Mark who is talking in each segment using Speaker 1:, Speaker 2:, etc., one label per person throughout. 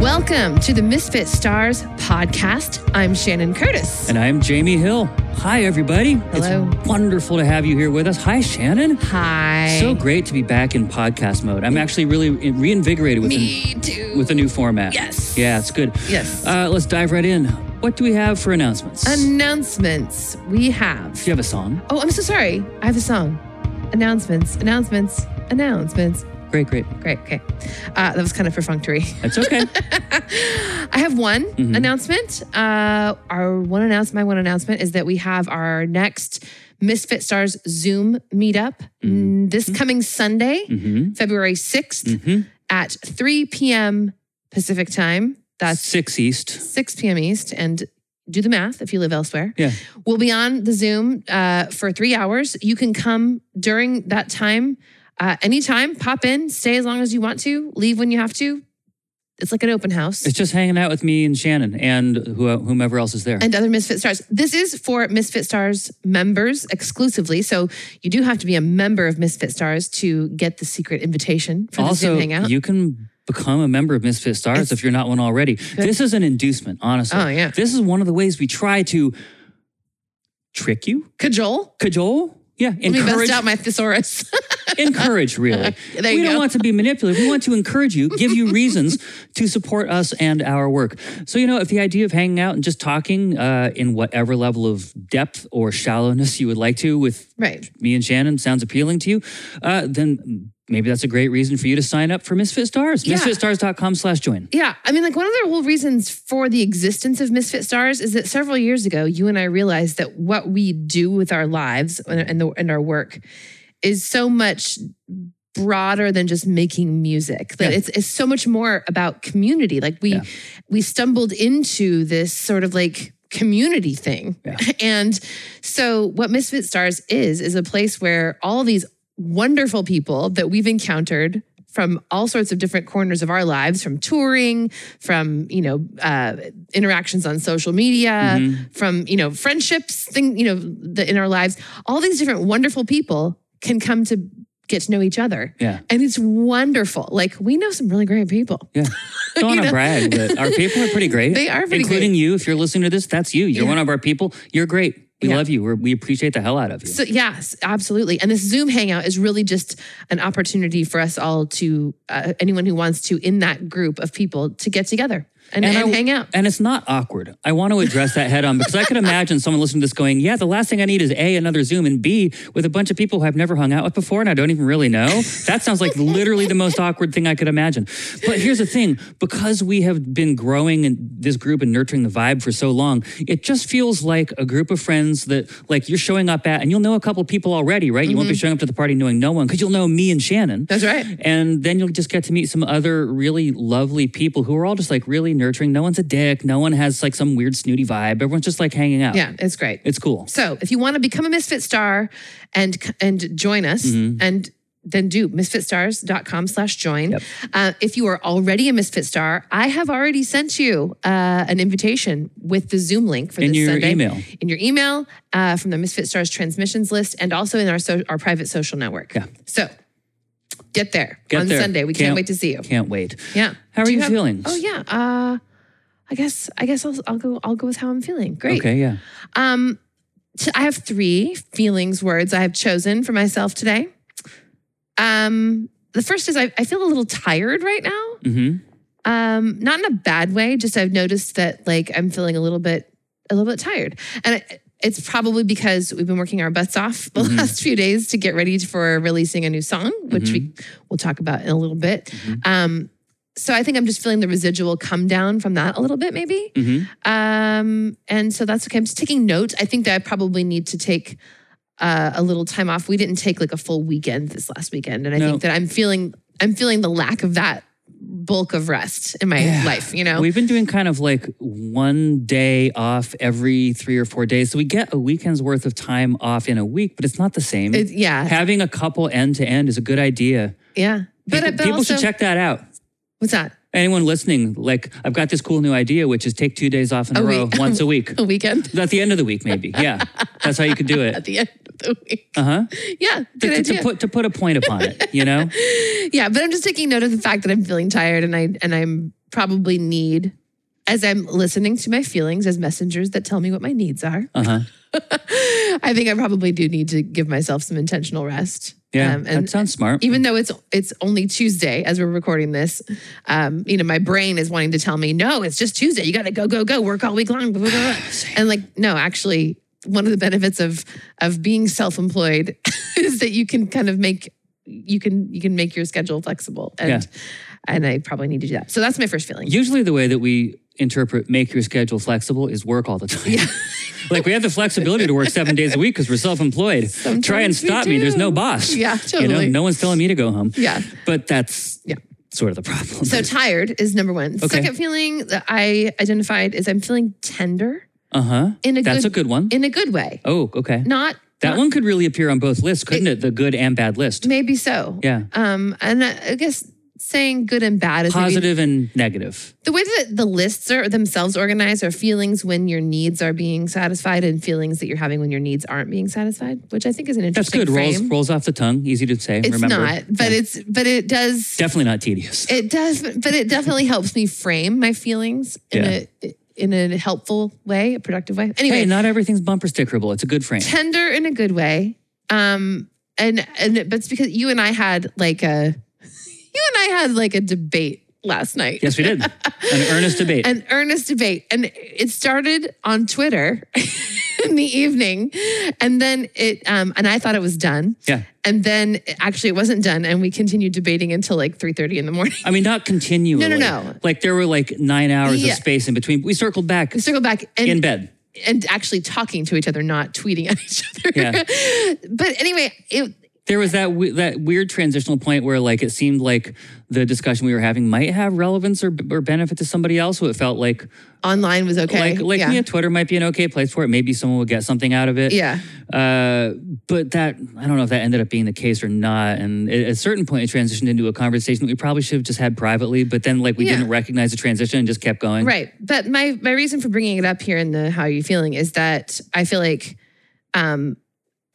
Speaker 1: Welcome to the Misfit Stars podcast. I'm Shannon Curtis.
Speaker 2: And I'm Jamie Hill. Hi, everybody.
Speaker 1: Hello.
Speaker 2: It's wonderful to have you here with us. Hi, Shannon.
Speaker 1: Hi.
Speaker 2: So great to be back in podcast mode. I'm actually really reinvigorated with,
Speaker 1: Me
Speaker 2: a,
Speaker 1: too.
Speaker 2: with a new format.
Speaker 1: Yes.
Speaker 2: Yeah, it's good.
Speaker 1: Yes.
Speaker 2: Uh, let's dive right in. What do we have for announcements?
Speaker 1: announcements we have.
Speaker 2: do you have a song?
Speaker 1: Oh, I'm so sorry. I have a song. Announcements, announcements, announcements.
Speaker 2: Great, great.
Speaker 1: Great. Okay. Uh, that was kind of perfunctory.
Speaker 2: That's okay.
Speaker 1: I have one
Speaker 2: Mm-hmm.
Speaker 1: announcement. Uh, our one announcement, my one announcement is that we have our next Misfit Stars Zoom meetup mm, this coming Sunday,
Speaker 2: mm-hmm.
Speaker 1: February 6th
Speaker 2: Mm-hmm.
Speaker 1: at 3 p.m. Pacific time. That's
Speaker 2: Six East.
Speaker 1: 6 p.m. East. And do the math if you live elsewhere.
Speaker 2: Yeah.
Speaker 1: We'll be on the Zoom uh, for three hours. You can come during that time, uh, anytime, pop in, stay as long as you want to, leave when you have to. It's like an open house.
Speaker 2: It's just hanging out with me and Shannon and who- whomever else is there.
Speaker 1: and other Misfit Stars. This is for Misfit Stars members exclusively. So you do have to be a member of Misfit Stars to get the secret invitation for the
Speaker 2: also,
Speaker 1: Zoom hangout.
Speaker 2: you can become a member of Misfit Stars
Speaker 1: It's-
Speaker 2: if you're not one already. This is an inducement, honestly.
Speaker 1: Oh, yeah.
Speaker 2: This is one of the ways we try to trick you,
Speaker 1: Cajole?
Speaker 2: cajole. Yeah,
Speaker 1: Let me
Speaker 2: encourage,
Speaker 1: bust out my thesaurus.
Speaker 2: encourage, really.
Speaker 1: There
Speaker 2: we
Speaker 1: you
Speaker 2: don't
Speaker 1: go.
Speaker 2: want to be manipulative. We want to encourage you, give you reasons to support us and our work. So, you know, if the idea of hanging out and just talking uh, in whatever level of depth or shallowness you would like to with
Speaker 1: right.
Speaker 2: me and Shannon sounds appealing to you, uh, then maybe that's a great reason for you to sign up for Misfit Stars.
Speaker 1: Yeah.
Speaker 2: Misfitstars.com slash join.
Speaker 1: Yeah. I mean, like one of the whole reasons for the existence of Misfit Stars is that several years ago, you and I realized that what we do with our lives and, and, the, and our work is so much broader than just making music that
Speaker 2: Yeah.
Speaker 1: it's, it's so much more about community like we
Speaker 2: Yeah.
Speaker 1: we stumbled into this sort of like community thing
Speaker 2: Yeah.
Speaker 1: and so what misfit stars is is a place where all these wonderful people that we've encountered from all sorts of different corners of our lives from touring from you know uh, interactions on social media
Speaker 2: Mm-hmm.
Speaker 1: from you know friendships thing you know the, in our lives all these different wonderful people can come to get to know each other
Speaker 2: Yeah.
Speaker 1: and it's wonderful like we know some really great people
Speaker 2: Yeah. Don't want
Speaker 1: You
Speaker 2: to
Speaker 1: know?
Speaker 2: brag, but our people are pretty great.
Speaker 1: They are pretty
Speaker 2: Including you. If you're listening to this, that's you. You're
Speaker 1: Yeah.
Speaker 2: one of our people. You're great. We
Speaker 1: Yeah.
Speaker 2: love you. We're, we appreciate the hell out of you.
Speaker 1: so yes absolutely and this zoom hangout is really just an opportunity for us all to uh, anyone who wants to in that group of people to get together and, and,
Speaker 2: I-
Speaker 1: hang out
Speaker 2: And it's not awkward. I want to address that head on because I could imagine someone listening to this going, Yeah, the last thing I need is A, another Zoom, and B, with a bunch of people who I've never hung out with before and I don't even really know. That sounds like literally the most awkward thing I could imagine. But here's the thing because we have been growing in this group and nurturing the vibe for so long, it just feels like a group of friends that like you're showing up at, and you'll know a couple people already, right? You won't be showing up to the party knowing no one because you'll know me and Shannon.
Speaker 1: Mm-hmm. That's right.
Speaker 2: And then you'll just get to meet some other really lovely people who are all just like really nurturing. No one's a dick. No one has like some weird snooty vibe. Everyone's just like hanging out.
Speaker 1: yeah it's great
Speaker 2: It's cool.
Speaker 1: So if you want to become a Misfit Star and and join us
Speaker 2: Mm-hmm.
Speaker 1: and then do misfitstars.com slash join. Uh, if you are already a Misfit Star, I have already sent you uh, an invitation with the Zoom link for
Speaker 2: In
Speaker 1: this
Speaker 2: your
Speaker 1: Sunday.
Speaker 2: email.
Speaker 1: In your email uh, from the Misfit Stars transmissions list and also in our, so- our private social network.
Speaker 2: Yeah.
Speaker 1: So get there
Speaker 2: Get
Speaker 1: on
Speaker 2: there.
Speaker 1: Sunday. We can't,
Speaker 2: Can't-
Speaker 1: wait to see you.
Speaker 2: Can't wait.
Speaker 1: Yeah.
Speaker 2: How are
Speaker 1: Do
Speaker 2: you
Speaker 1: have-
Speaker 2: feeling?
Speaker 1: Oh, yeah. Uh, I guess I guess I'll, I'll go I'll go with how I'm feeling. Great.
Speaker 2: Okay. Yeah.
Speaker 1: Um, t- I have three feelings words I have chosen for myself today. Um, the first is I, I feel a little tired right now.
Speaker 2: Mm-hmm.
Speaker 1: Um, not in a bad way. Just I've noticed that like I'm feeling a little bit, a little bit tired, and it, it's probably because we've been working our butts off the last few days to get ready for releasing a new song, which we will talk about in a little bit. Um, so I think I'm just feeling the residual come down from that a little bit, maybe.
Speaker 2: Mhm.
Speaker 1: Um, and so that's okay. I'm just taking notes. I think that I probably need to take uh, a little time off. We didn't take like a full weekend this last weekend, and I
Speaker 2: No.
Speaker 1: think that I'm feeling I'm feeling the lack of that bulk of rest in my life. You know,
Speaker 2: We've been doing kind of like one day off every three or four days. So we get a weekend's worth of time off in a week, but it's not the same.
Speaker 1: It- yeah,
Speaker 2: Having a couple end to end is a good idea.
Speaker 1: yeah. But uh,
Speaker 2: people
Speaker 1: but
Speaker 2: people
Speaker 1: also,
Speaker 2: should check that out.
Speaker 1: what's that?
Speaker 2: Anyone listening, like, I've got this cool new idea, which is take two days off in a,
Speaker 1: A
Speaker 2: row
Speaker 1: week.
Speaker 2: once a week.
Speaker 1: A weekend
Speaker 2: At the end of the week, maybe. Yeah. That's how you could do
Speaker 1: at
Speaker 2: it.
Speaker 1: the end of the week.
Speaker 2: Uh huh.
Speaker 1: Yeah, good
Speaker 2: To, to- to
Speaker 1: idea.
Speaker 2: put, to put a point upon it, you know?
Speaker 1: yeah, but I'm just taking note of the fact that I'm feeling tired and I and I'm probably need as I'm listening to my feelings as messengers that tell me what my needs are.
Speaker 2: Uh huh.
Speaker 1: I think I probably do need to give myself some intentional rest.
Speaker 2: Yeah,
Speaker 1: Um,
Speaker 2: that
Speaker 1: and
Speaker 2: sounds smart.
Speaker 1: even though it's it's only Tuesday as we're recording this, um, you know, my brain is wanting to tell me, no, it's just Tuesday. You got to go, go, go, work all week long. Blah, blah, blah. And like, no, actually, one of the benefits of of being self employed is that you can kind of make you can you can make your schedule flexible. And and I probably need to do that. So that's my first feeling.
Speaker 2: Usually, the way that we interpret make your schedule flexible is work all the time.
Speaker 1: Yeah.
Speaker 2: like we have the flexibility to work seven days a week because we're self employed. Try and
Speaker 1: Sometimes we
Speaker 2: stop me. There's no
Speaker 1: do.
Speaker 2: boss.
Speaker 1: Yeah,
Speaker 2: You know,
Speaker 1: totally.
Speaker 2: no one's telling me to go home.
Speaker 1: Yeah.
Speaker 2: But that's
Speaker 1: Yeah.
Speaker 2: sort of the problem.
Speaker 1: So tired is number one.
Speaker 2: Okay.
Speaker 1: Second feeling that I identified is I'm feeling tender
Speaker 2: uh huh.
Speaker 1: in a
Speaker 2: That's
Speaker 1: good
Speaker 2: a good one.
Speaker 1: in a good way.
Speaker 2: Oh, okay.
Speaker 1: Not
Speaker 2: That
Speaker 1: not-
Speaker 2: one could really appear on both lists, couldn't it? The good and bad list.
Speaker 1: maybe so.
Speaker 2: Yeah.
Speaker 1: Um, and I I guess saying good and bad is maybe-
Speaker 2: Positive and negative.
Speaker 1: the way that the lists are themselves organized are feelings when your needs are being satisfied and feelings that you're having when your needs aren't being satisfied, which I think is an
Speaker 2: That's
Speaker 1: interesting
Speaker 2: good. Rolls
Speaker 1: frame.
Speaker 2: rolls off the tongue. Easy to say.
Speaker 1: it's
Speaker 2: remember.
Speaker 1: not, but it's but it does
Speaker 2: Definitely not tedious.
Speaker 1: it does but it definitely helps me frame my feelings in
Speaker 2: Yeah.
Speaker 1: a in a helpful way, a productive way. Anyway,
Speaker 2: Hey, not everything's bumper stickerable. It's a good frame.
Speaker 1: tender in a good way. Um, and and but it's because you and I had like a you and I had like a debate last night.
Speaker 2: Yes, we did. An earnest debate.
Speaker 1: An earnest debate. And it started on Twitter in the evening. And then it um and I thought it was done.
Speaker 2: yeah.
Speaker 1: And then it- actually it wasn't done. And we continued debating until like 3:30 in the morning.
Speaker 2: I mean, not continually.
Speaker 1: no.
Speaker 2: Like there were like nine hours
Speaker 1: Yeah.
Speaker 2: of space in between. We circled back
Speaker 1: We circled back and
Speaker 2: in bed.
Speaker 1: and actually talking to each other, not tweeting at each other. but anyway, it
Speaker 2: There was that we- that weird transitional point where like it seemed like the discussion we were having might have relevance or, or benefit to somebody else. So it felt like
Speaker 1: online was okay.
Speaker 2: like like
Speaker 1: yeah.
Speaker 2: yeah, Twitter might be an okay place for it. Maybe someone would get something out of it.
Speaker 1: yeah.
Speaker 2: Uh, but that I don't know if that ended up being the case or not. And at a certain point, it transitioned into a conversation that we probably should have just had privately. But then, like, we
Speaker 1: Yeah.
Speaker 2: didn't recognize the transition and just kept going.
Speaker 1: Right. But my my reason for bringing it up here in the how are you feeling is that I feel like um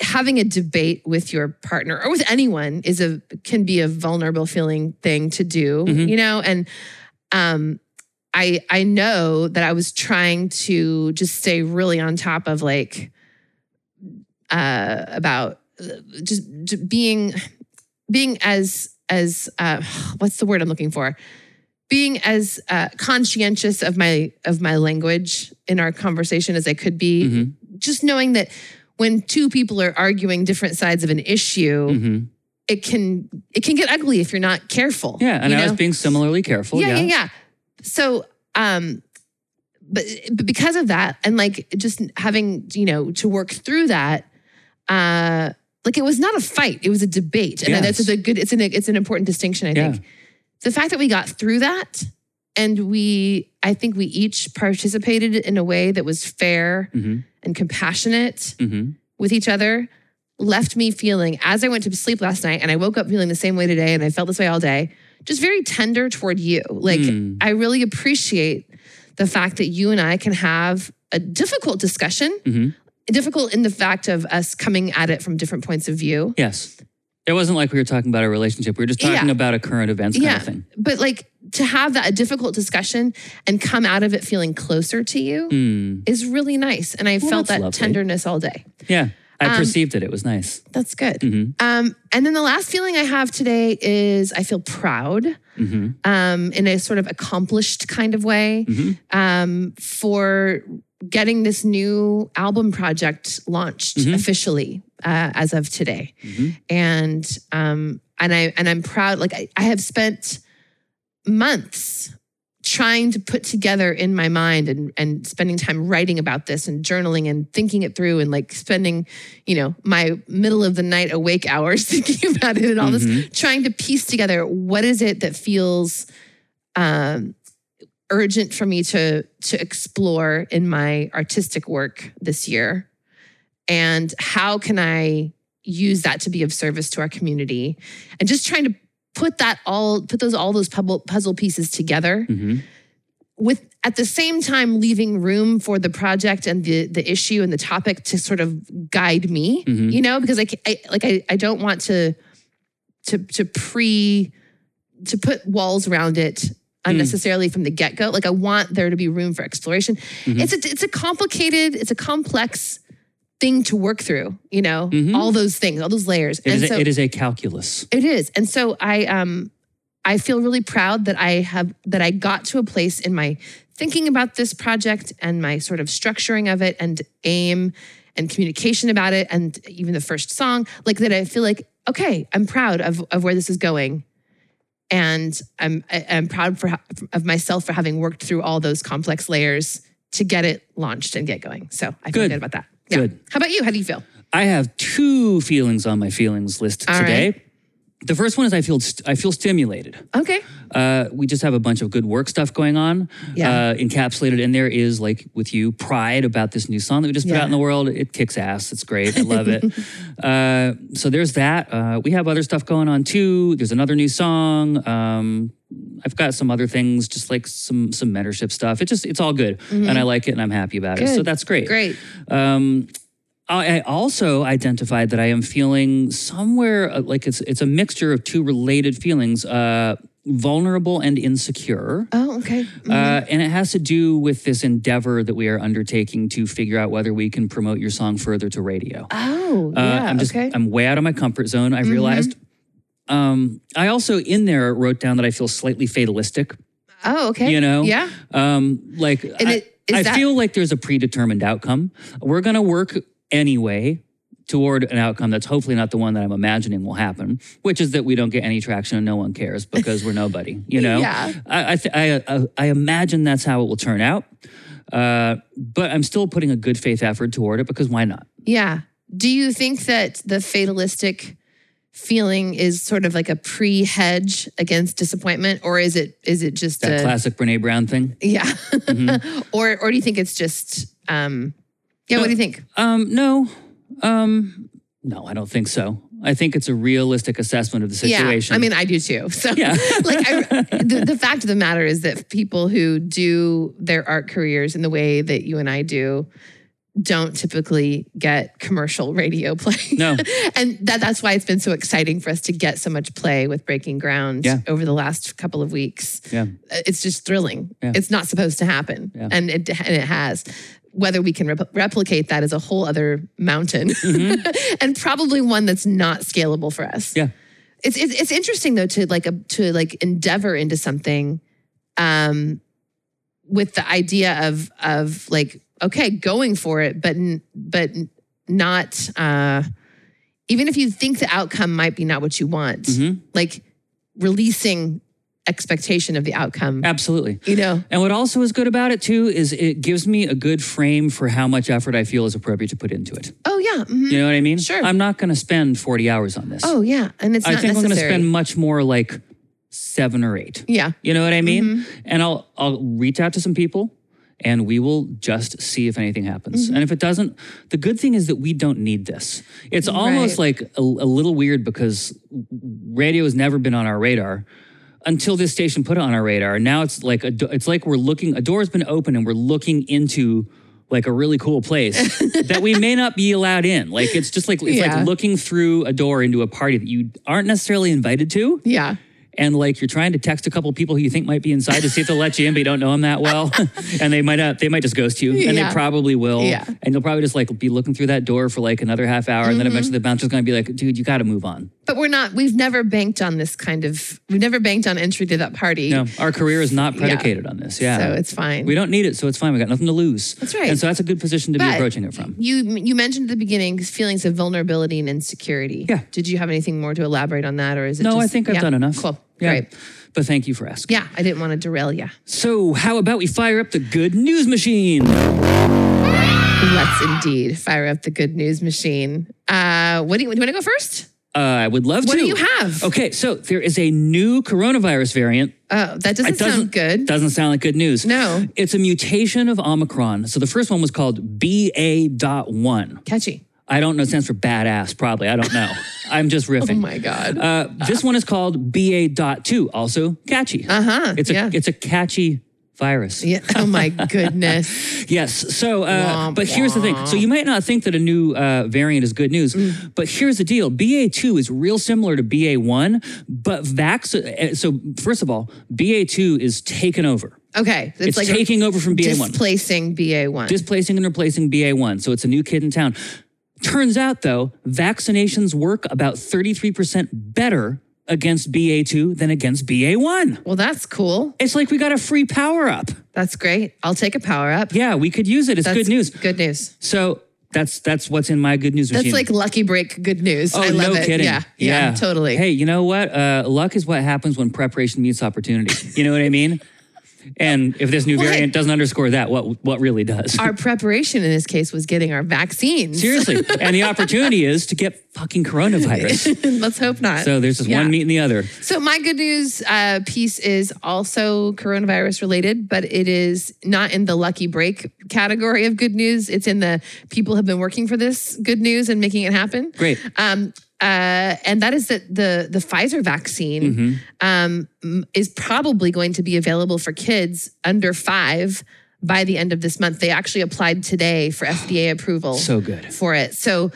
Speaker 1: having a debate with your partner or with anyone is a can be a vulnerable feeling thing to do,
Speaker 2: Mhm.
Speaker 1: you know, and um I I know that I was trying to just stay really on top of like uh about uh, just, just being being as as uh what's the word I'm looking for? being as uh, conscientious of my of my language in our conversation as I could be,
Speaker 2: hmm
Speaker 1: just knowing that when two people are arguing different sides of an issue,
Speaker 2: hmm
Speaker 1: it can it can get ugly if you're not careful.
Speaker 2: Yeah, and
Speaker 1: you
Speaker 2: I was
Speaker 1: know?
Speaker 2: being similarly careful.
Speaker 1: yeah, yeah, yeah. So, um, but but because of that, and like just having you know to work through that, uh, like it was not a fight; it was a debate, and
Speaker 2: Yes.
Speaker 1: that's a good. It's an it's an important distinction, I think. The fact that we got through that, and we, I think we each participated in a way that was fair
Speaker 2: Mm-hmm.
Speaker 1: and compassionate
Speaker 2: hmm
Speaker 1: with each other left me feeling as I went to sleep last night and I woke up feeling the same way today and I felt this way all day, just very tender toward you. Like
Speaker 2: Hmm.
Speaker 1: I really appreciate the fact that you and I can have a difficult discussion,
Speaker 2: Mhm.
Speaker 1: difficult in the fact of us coming at it from different points of view.
Speaker 2: Yes. It wasn't like we were talking about a relationship. We were just
Speaker 1: Yeah.
Speaker 2: talking about a current events kind
Speaker 1: Yeah.
Speaker 2: of thing.
Speaker 1: But like to have that a difficult discussion and come out of it feeling closer to you
Speaker 2: Mm.
Speaker 1: is really nice. And I
Speaker 2: Well,
Speaker 1: felt
Speaker 2: that's
Speaker 1: that
Speaker 2: lovely.
Speaker 1: tenderness all day.
Speaker 2: Yeah. I
Speaker 1: Um,
Speaker 2: perceived it. It was nice.
Speaker 1: That's good.
Speaker 2: hmm
Speaker 1: Um, and then the last feeling I have today is I feel proud
Speaker 2: hmm
Speaker 1: um, in a sort of accomplished kind of way
Speaker 2: hmm
Speaker 1: um, for getting this new album project launched
Speaker 2: Mhm.
Speaker 1: officially uh, as of today.
Speaker 2: hmm
Speaker 1: And um, and I and I'm proud. Like I, I have spent months trying to put together in my mind and and spending time writing about this and journaling and thinking it through and like spending you know my middle of the night awake hours thinking about it and all this
Speaker 2: Mhm.
Speaker 1: trying to piece together what is it that feels um urgent for me to to explore in my artistic work this year and how can i use that to be of service to our community and just trying to put that all put those all those pubble- puzzle pieces together
Speaker 2: hmm
Speaker 1: with at the same time leaving room for the project and the the issue and the topic to sort of guide me
Speaker 2: Mhm.
Speaker 1: you know because I, ca- I like I, I don't want to to to pre to put walls around it
Speaker 2: Mm.
Speaker 1: unnecessarily from the get go. Like I want there to be room for exploration.
Speaker 2: Mm-hmm.
Speaker 1: It's a it's a complicated, it's a complex thing to work through. You know,
Speaker 2: Mhm.
Speaker 1: all those things, all those layers.
Speaker 2: It
Speaker 1: and
Speaker 2: is,
Speaker 1: so
Speaker 2: a, it is a calculus.
Speaker 1: it is, and so I um I feel really proud that I have that I got to a place in my thinking about this project and my sort of structuring of it and aim and communication about it and even the first song like that I feel like okay I'm proud of of where this is going and I'm I- I'm proud for ho- of myself for having worked through all those complex layers to get it launched and get going so I feel
Speaker 2: Good.
Speaker 1: good, about that yeah
Speaker 2: Good. Uh,
Speaker 1: how about you how do you feel
Speaker 2: I have two feelings on my feelings list
Speaker 1: All
Speaker 2: today. The first one is I feel st- I feel stimulated.
Speaker 1: okay
Speaker 2: Uh, we just have a bunch of good work stuff going on.
Speaker 1: Yeah.
Speaker 2: Uh, encapsulated in there is like with you pride about this new song that we just put
Speaker 1: Yeah.
Speaker 2: out in the world. It kicks ass. It's great. I love it. uh, so there's that. Uh, we have other stuff going on too. There's another new song. Um, I've got some other things, just like some some mentorship stuff. It just it's all good, and I like it, and I'm happy about it. So
Speaker 1: Mm-hmm. Good.
Speaker 2: that's great.
Speaker 1: great
Speaker 2: Um, I I also identified that I am feeling somewhere uh, like it's it's a mixture of two related feelings: uh, vulnerable and insecure.
Speaker 1: oh okay
Speaker 2: Uh, and it has to do with this endeavor that we are undertaking to figure out whether we can promote your song further to radio.
Speaker 1: oh
Speaker 2: Uh,
Speaker 1: yeah
Speaker 2: I'm just
Speaker 1: okay Mm-hmm.
Speaker 2: I'm way out of my comfort zone. I realized. Um, I also in there wrote down that I feel slightly fatalistic.
Speaker 1: Oh, okay.
Speaker 2: You know?
Speaker 1: Yeah.
Speaker 2: Um, like
Speaker 1: And
Speaker 2: I,
Speaker 1: it- is
Speaker 2: I
Speaker 1: that-
Speaker 2: feel like there's a predetermined outcome. We're gonna work anyway toward an outcome that's hopefully not the one that I'm imagining will happen, which is that we don't get any traction and no one cares because we're nobody. You know,
Speaker 1: Yeah.
Speaker 2: I I, th- I I I imagine that's how it will turn out. Uh, but I'm still putting a good faith effort toward it because why not?
Speaker 1: Yeah. Do you think that the fatalistic feeling is sort of like a pre-hedge against disappointment, or is it is it just
Speaker 2: That Mm-hmm.
Speaker 1: a
Speaker 2: classic Brene Brown thing.
Speaker 1: yeah, or or do you think it's just um yeah? What do you think?
Speaker 2: Um, no, um, no, I don't think so. I think it's a realistic assessment of the situation.
Speaker 1: Yeah, I mean, I do too. So,
Speaker 2: Yeah.
Speaker 1: like, I, the, the fact of the matter is that people who do their art careers in the way that you and I do don't typically get commercial radio play.
Speaker 2: No.
Speaker 1: and that, that's why it's been so exciting for us to get so much play with Breaking Ground
Speaker 2: Yeah.
Speaker 1: over the last couple of weeks.
Speaker 2: yeah.
Speaker 1: Uh, It's just thrilling.
Speaker 2: Yeah.
Speaker 1: It's not supposed to happen,
Speaker 2: Yeah.
Speaker 1: and it and it has. Whether we can rep- replicate that is a whole other mountain, and probably one that's not scalable for us.
Speaker 2: Mm-hmm. Yeah.
Speaker 1: It's, it's it's interesting though to like a, to like endeavor into something, um, with the idea of of like okay going for it, but n- but n- not uh, even if you think the outcome might be not what you want,
Speaker 2: Mhm.
Speaker 1: like releasing expectation of the outcome.
Speaker 2: Absolutely.
Speaker 1: You know,
Speaker 2: And what also is good about it too is it gives me a good frame for how much effort I feel is appropriate to put into it.
Speaker 1: oh yeah, mhm.
Speaker 2: You know what I mean?
Speaker 1: Sure.
Speaker 2: I'm not going to spend 40 hours on this.
Speaker 1: oh yeah, and it's
Speaker 2: I
Speaker 1: not
Speaker 2: think I'm going to
Speaker 1: necessary.
Speaker 2: spend much more like 7 or 8.
Speaker 1: yeah,
Speaker 2: You know what I mean? And I'll I'll reach out to some people and we will just see if anything happens. And if it doesn't, the good thing is that we don't need this. It's almost like a, a little weird because radio has never been on our radar until this station put it on our radar. Now it's like a, do- it's like we're looking a door's been open and we're looking into like a really cool place that we may not be allowed in. Like it's just like it's
Speaker 1: Yeah.
Speaker 2: like looking through a door into a party that you aren't necessarily invited to
Speaker 1: yeah.
Speaker 2: and like you're trying to text a couple of people who you think might be inside to see if they'll let you in, but you don't know them that well, and they might not, they might just ghost you, and
Speaker 1: Yeah.
Speaker 2: they probably will,
Speaker 1: Yeah.
Speaker 2: and you'll probably just like be looking through that door for like another half hour,
Speaker 1: Mm-hmm.
Speaker 2: and then eventually the bouncer's gonna be like, dude, you got to move on.
Speaker 1: But we're not. We've never banked on this kind of. We've never banked on entry to that party.
Speaker 2: No, our career is not predicated on this. Yeah,
Speaker 1: So it's fine.
Speaker 2: we don't need it, so it's fine. We got nothing to lose. That's
Speaker 1: right.
Speaker 2: And so that's a good position to be
Speaker 1: But-
Speaker 2: approaching it from.
Speaker 1: You you mentioned at the beginning feelings of vulnerability and insecurity.
Speaker 2: Yeah.
Speaker 1: Did you have anything more to elaborate on that, or is it?
Speaker 2: No, I
Speaker 1: just-
Speaker 2: think I've
Speaker 1: yeah,
Speaker 2: done enough.
Speaker 1: Cool.
Speaker 2: Yeah.
Speaker 1: Great.
Speaker 2: But thank you for asking.
Speaker 1: Yeah, I didn't want to derail you.
Speaker 2: So, how about we fire up the good news machine? Uh,
Speaker 1: Let's indeed fire up the good news machine. Uh, what do you, do you want to go first?
Speaker 2: Uh, I would love
Speaker 1: What
Speaker 2: to.
Speaker 1: do you have?
Speaker 2: Okay, so there is a new coronavirus variant
Speaker 1: Oh, that doesn't,
Speaker 2: It doesn't
Speaker 1: sound good.
Speaker 2: Doesn't sound like good news.
Speaker 1: No.
Speaker 2: It's a mutation of Omicron. So the first one was called BA.1.
Speaker 1: Catchy.
Speaker 2: I don't know, it stands for badass, probably. I don't know. I'm just
Speaker 1: Oh
Speaker 2: riffing.
Speaker 1: my god.
Speaker 2: Uh, this one is called BA.2, also catchy. Uh huh. It's a
Speaker 1: Uh-huh. yeah.
Speaker 2: it's a catchy virus.
Speaker 1: Yeah. Oh my goodness.
Speaker 2: Yes. So, uh,
Speaker 1: Womp Mm.
Speaker 2: but here's the thing. So you might not think that a new uh, variant is good news, but here's the deal. BA2 is real similar to BA1, but vax. uh, So first of all, BA2 is taken over.
Speaker 1: Okay. It's,
Speaker 2: It's,
Speaker 1: like
Speaker 2: taking over from BA1
Speaker 1: displacing BA1.
Speaker 2: displacing and replacing BA1. So it's a new kid in town. Turns out, though, vaccinations work about 33% better against BA2 than against BA1.
Speaker 1: well, that's cool.
Speaker 2: It's like we got a free power up.
Speaker 1: That's great. I'll take a power up.
Speaker 2: Yeah, we could use it. It's
Speaker 1: That's
Speaker 2: good news.
Speaker 1: Good news.
Speaker 2: So that's that's what's in my good news
Speaker 1: That's
Speaker 2: machine.
Speaker 1: like lucky break good news.
Speaker 2: Oh,
Speaker 1: I love
Speaker 2: no
Speaker 1: it.
Speaker 2: kidding.
Speaker 1: Yeah, yeah. Totally.
Speaker 2: Hey, you know what? Uh, luck is what happens when preparation meets opportunity. You know what I mean? And if this new
Speaker 1: Well, hey-
Speaker 2: variant doesn't underscore that, what what really does?
Speaker 1: Our preparation in this case was getting our vaccines.
Speaker 2: Seriously. and the opportunity is to get fucking coronavirus.
Speaker 1: Let's hope not.
Speaker 2: So there's just
Speaker 1: Yeah.
Speaker 2: one meeting the other.
Speaker 1: So my good news uh, piece is also coronavirus related, but it is not in the lucky break category of good news. It's in the people have been working for this good news and making it happen.
Speaker 2: Great.
Speaker 1: Um, uh, and that is that the the Pfizer vaccine um, m- is probably going to be available for kids under five by the end of this month. They actually applied today for FDA approval
Speaker 2: So good.
Speaker 1: for it. So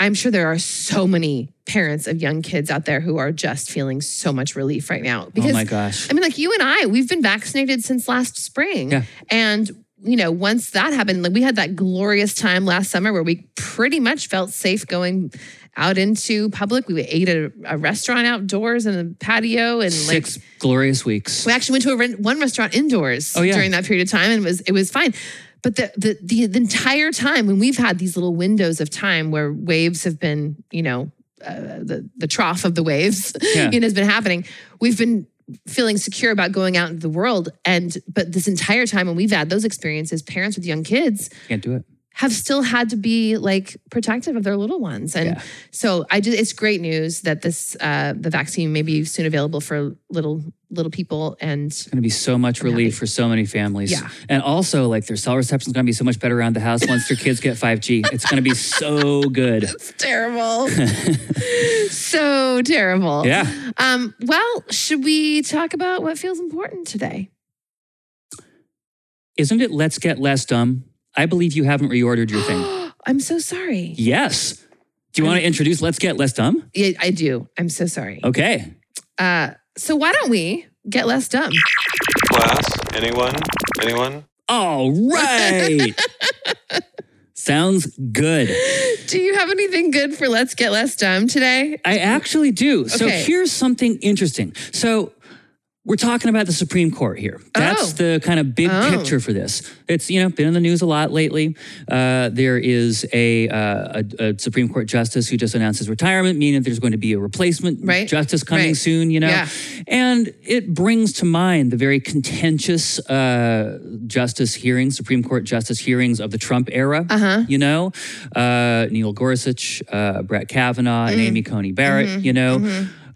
Speaker 1: I'm sure there are so many parents of young kids out there who are just feeling so much relief right now. Because
Speaker 2: oh my gosh.
Speaker 1: I mean, like you and I, we've been vaccinated since last spring.
Speaker 2: Yeah.
Speaker 1: And you know, once that happened, like we had that glorious time last summer where we pretty much felt safe going out into public. We ate at a, a restaurant outdoors in a patio and like
Speaker 2: Six glorious weeks.
Speaker 1: we actually went to a rent, one restaurant indoors
Speaker 2: Oh, yeah.
Speaker 1: during that period of time, and it was it was fine. But the, the the the entire time when we've had these little windows of time where waves have been, you know, uh, the the trough of the waves,
Speaker 2: Yeah.
Speaker 1: you know, has been happening. We've been feeling secure about going out into the world, and but this entire time when we've had those experiences, parents with young kids
Speaker 2: Can't do it.
Speaker 1: have still had to be like protective of their little ones and
Speaker 2: Yeah.
Speaker 1: so i just it's great news that this uh the vaccine may be soon available for little little people and
Speaker 2: It's going to be so much relief for so many families.
Speaker 1: Yeah.
Speaker 2: And also, like, their cell reception's going to be so much better around the house once their kids get 5G. It's going to be so good.
Speaker 1: it's terrible so terrible
Speaker 2: Yeah.
Speaker 1: um well should we talk about what feels important today
Speaker 2: Isn't it Let's Get Less Dumb? I believe you haven't reordered your thing.
Speaker 1: i'm so sorry
Speaker 2: Yes. Do you want to introduce Let's Get Less Dumb?
Speaker 1: yeah, i do i'm so sorry
Speaker 2: Okay.
Speaker 1: uh so why don't we get less dumb
Speaker 3: Class, anyone? Anyone?
Speaker 2: All right. Sounds good.
Speaker 1: do you have anything good for let's get less dumb today
Speaker 2: I actually do. So
Speaker 1: Okay.
Speaker 2: here's something interesting. So we're talking about the Supreme Court here. That's
Speaker 1: Oh.
Speaker 2: the kind of big
Speaker 1: Oh.
Speaker 2: picture for this. It's you know been in the news a lot lately. Uh, there is a, uh, a, a Supreme Court justice who just announced his retirement, meaning there's going to be a replacement
Speaker 1: Right.
Speaker 2: justice coming
Speaker 1: Right.
Speaker 2: soon. You know,
Speaker 1: Yeah.
Speaker 2: and it brings to mind the very contentious uh, justice hearings, Supreme Court justice hearings of the Trump era.
Speaker 1: Uh-huh.
Speaker 2: You know, uh, Neil Gorsuch, uh, Brett Kavanaugh, and
Speaker 1: Mm-hmm.
Speaker 2: Amy Coney Barrett. You know,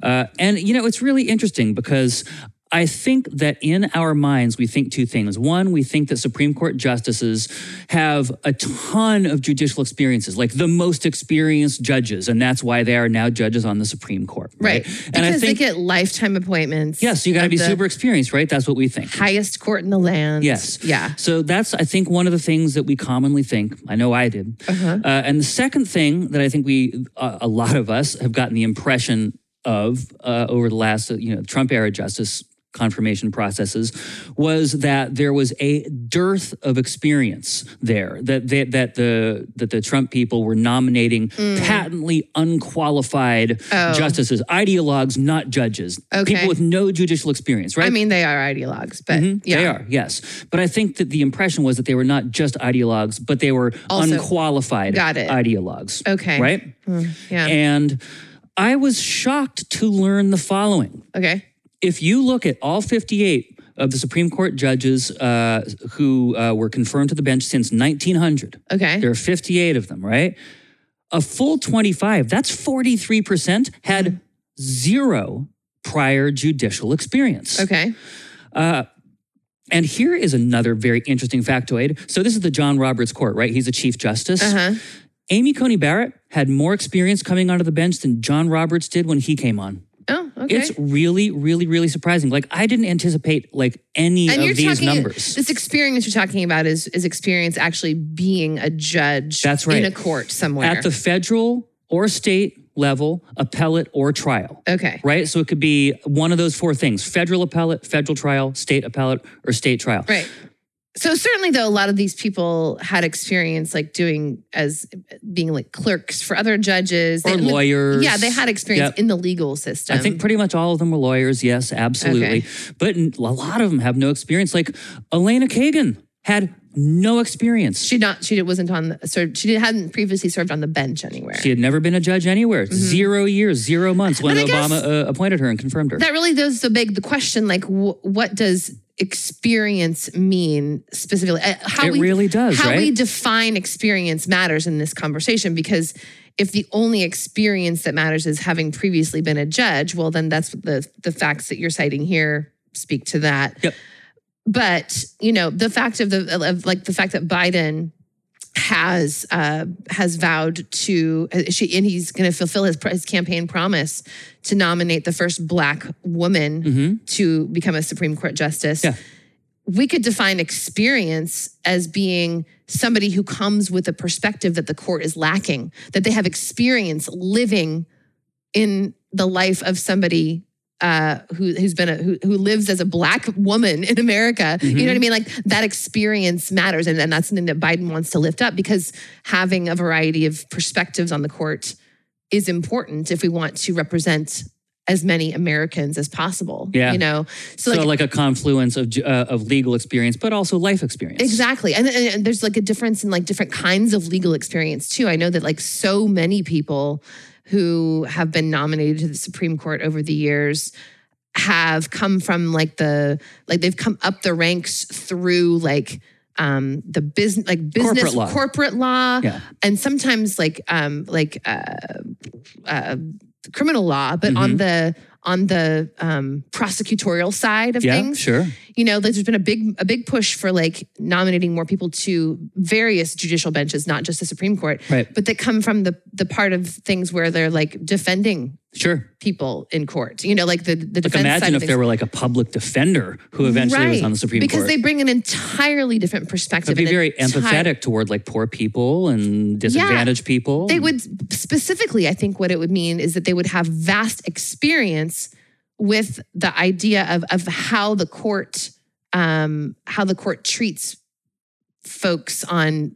Speaker 2: uh, and you know it's really interesting because. I think that in our minds, we think two things. One, we think that Supreme Court justices have a ton of judicial experiences, like the most experienced judges, and that's why they are now judges on the Supreme Court.
Speaker 1: Right.
Speaker 2: And I
Speaker 1: because
Speaker 2: think
Speaker 1: they get lifetime appointments.
Speaker 2: Yes, you got to
Speaker 1: at
Speaker 2: be
Speaker 1: the
Speaker 2: super experienced, right? That's what we think.
Speaker 1: highest court in the land.
Speaker 2: Yes.
Speaker 1: Yeah.
Speaker 2: So that's, I think, one of the things that we commonly think. I know I did.
Speaker 1: Uh-huh.
Speaker 2: Uh, and the second thing that I think we, uh, a lot of us, have gotten the impression of uh, over the last, uh, you know, Trump era justice confirmation processes was that there was a dearth of experience there that they, that the that the Trump people were nominating patently unqualified
Speaker 1: Mm. Oh.
Speaker 2: justices ideologues not judges
Speaker 1: Okay.
Speaker 2: people with no judicial experience right
Speaker 1: I mean, they are ideologues, but yeah.
Speaker 2: Mm-hmm. they are, yes. But I think that the impression was that they were not just ideologues, but they were
Speaker 1: Also-
Speaker 2: unqualified
Speaker 1: Got it.
Speaker 2: ideologues.
Speaker 1: Okay.
Speaker 2: Right?
Speaker 1: Yeah.
Speaker 2: And I was shocked to learn the following.
Speaker 1: okay.
Speaker 2: If you look at all 58 of the Supreme Court judges uh, who uh, were confirmed to the bench since 1900,
Speaker 1: Okay.
Speaker 2: there are 58 of them, right? A full 25, that's 43%, had
Speaker 1: Mm-hmm.
Speaker 2: zero prior judicial experience.
Speaker 1: okay.
Speaker 2: And here is another very interesting factoid. So this is the John Roberts Court, right? He's a chief justice.
Speaker 1: Uh huh.
Speaker 2: Amy Coney Barrett had more experience coming onto the bench than John Roberts did when he came on.
Speaker 1: Oh, okay.
Speaker 2: It's really, really, really surprising. Like I didn't anticipate like any
Speaker 1: and you're
Speaker 2: of these
Speaker 1: talking
Speaker 2: numbers.
Speaker 1: this experience you're talking about is is experience actually being a judge
Speaker 2: That's right.
Speaker 1: in a court somewhere.
Speaker 2: At the federal or state level, appellate or trial.
Speaker 1: okay.
Speaker 2: Right? So it could be one of those four things federal appellate, federal trial, state appellate, or state trial.
Speaker 1: Right. So certainly though a lot of these people had experience like doing as being like clerks for other judges
Speaker 2: Or
Speaker 1: They-
Speaker 2: lawyers.
Speaker 1: Yeah, they had experience
Speaker 2: Yep.
Speaker 1: in the legal system.
Speaker 2: I think pretty much all of them were lawyers. Yes, absolutely.
Speaker 1: Okay.
Speaker 2: But n- a lot of them have no experience. Like Elena Kagan had no experience.
Speaker 1: she not she wasn't on the served she hadn't previously served on the bench anywhere.
Speaker 2: She had never been a judge anywhere. Zero years, zero months when
Speaker 1: But Mm-hmm. I guess-
Speaker 2: Obama uh, appointed her and confirmed her.
Speaker 1: that really does so beg the question like wh- what does experience mean specifically Uh, how
Speaker 2: it
Speaker 1: we
Speaker 2: really does,
Speaker 1: how
Speaker 2: right?
Speaker 1: we define experience matters in this conversation because if the only experience that matters is having previously been a judge well then that's what the the facts that you're citing here speak to that
Speaker 2: Yep.
Speaker 1: but you know the fact of the of like the fact that biden has uh has vowed to uh, she and he's going to fulfill his, pr- his campaign promise to nominate the first black woman
Speaker 2: Mhm.
Speaker 1: to become a Supreme Court justice.
Speaker 2: Yeah.
Speaker 1: We could define experience as being somebody who comes with a perspective that the court is lacking, that they have experience living in the life of somebody uh, who, who's been a, who, who lives as a black woman in America. You know what I mean? Like that experience matters, and, and that's something that Biden wants to lift up because having a variety of perspectives on the court is important if we want to represent as many Americans as possible.
Speaker 2: Yeah.
Speaker 1: you know. So,
Speaker 2: So,
Speaker 1: like,
Speaker 2: like, a confluence of ju- uh, of legal experience, but also life experience.
Speaker 1: Exactly. And, and, and there's like a difference in like different kinds of legal experience too. I know that like so many people who have been nominated to the Supreme Court over the years have come from like the like they've come up the ranks through like um the business like business
Speaker 2: Corporate law.
Speaker 1: corporate law
Speaker 2: Yeah.
Speaker 1: and sometimes like um like uh uh criminal law but
Speaker 2: Mm-hmm.
Speaker 1: on the on the um prosecutorial side of
Speaker 2: Yeah.
Speaker 1: things
Speaker 2: Sure.
Speaker 1: you know, like there's been a big a big push for like nominating more people to various judicial benches, not just the Supreme Court,
Speaker 2: Right.
Speaker 1: but that come from the the part of things where they're like defending
Speaker 2: Sure.
Speaker 1: people in court. You know, like the the defense
Speaker 2: Like
Speaker 1: side
Speaker 2: imagine
Speaker 1: of
Speaker 2: if there
Speaker 1: things.
Speaker 2: were like a public defender who eventually was
Speaker 1: Right.
Speaker 2: on the Supreme
Speaker 1: because
Speaker 2: Court.
Speaker 1: they bring an entirely different
Speaker 2: They'd
Speaker 1: perspective.
Speaker 2: be
Speaker 1: an
Speaker 2: very
Speaker 1: entire-
Speaker 2: empathetic toward like poor people and disadvantaged people.
Speaker 1: They would specifically, I think, what it would mean is that they would have vast experience with the idea of of how the court, um, how the court treats folks on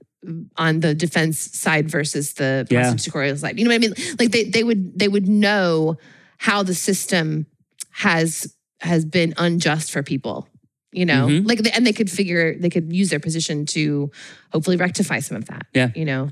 Speaker 1: on the defense side versus the
Speaker 2: Yeah.
Speaker 1: prosecutorial side. You know what I mean? Like they they would they would know how the system has has been unjust for people. You know,
Speaker 2: Mhm.
Speaker 1: like, and they could figure, they could use their position to hopefully rectify some of that.
Speaker 2: Yeah.
Speaker 1: you know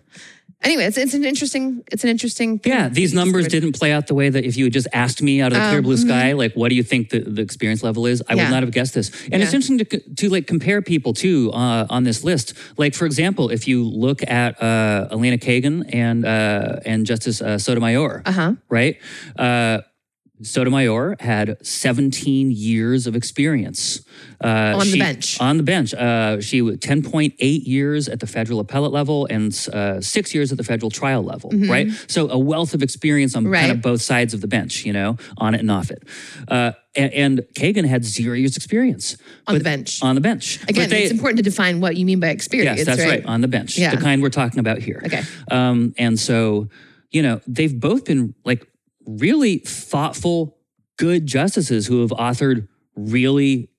Speaker 1: anyway, it's, it's an interesting it's an interesting thing.
Speaker 2: Yeah, these numbers
Speaker 1: Sort of-
Speaker 2: didn't play out the way that if you had just asked me out of the
Speaker 1: Oh,
Speaker 2: clear blue
Speaker 1: mhm.
Speaker 2: sky, like, what do you think the, the experience level is? I
Speaker 1: Yeah.
Speaker 2: would not have guessed this. And it's
Speaker 1: Yeah.
Speaker 2: interesting to, c- to like compare people too uh, on this list. Like, for example, if you look at uh, Elena Kagan and uh, and Justice uh, Sotomayor,
Speaker 1: Uh-huh.
Speaker 2: right? Uh, Sotomayor had 17 years of experience uh,
Speaker 1: On the
Speaker 2: she-
Speaker 1: bench.
Speaker 2: On the bench, uh, she was 10.8 years at the federal appellate level and uh, six years at the federal trial level, right? So a wealth of experience on kind
Speaker 1: Mm-hmm. Right.
Speaker 2: of both sides of the bench, you know, on it and off it. Uh, and, and Kagan had zero years experience
Speaker 1: on
Speaker 2: but-
Speaker 1: the bench.
Speaker 2: on the bench. But
Speaker 1: Again,
Speaker 2: they-
Speaker 1: it's important to define what you mean by experience.
Speaker 2: Yes, that's right. on the bench,
Speaker 1: Yeah.
Speaker 2: the kind we're talking about here.
Speaker 1: Okay.
Speaker 2: Um, and so, you know, they've both been like really thoughtful, good justices who have authored really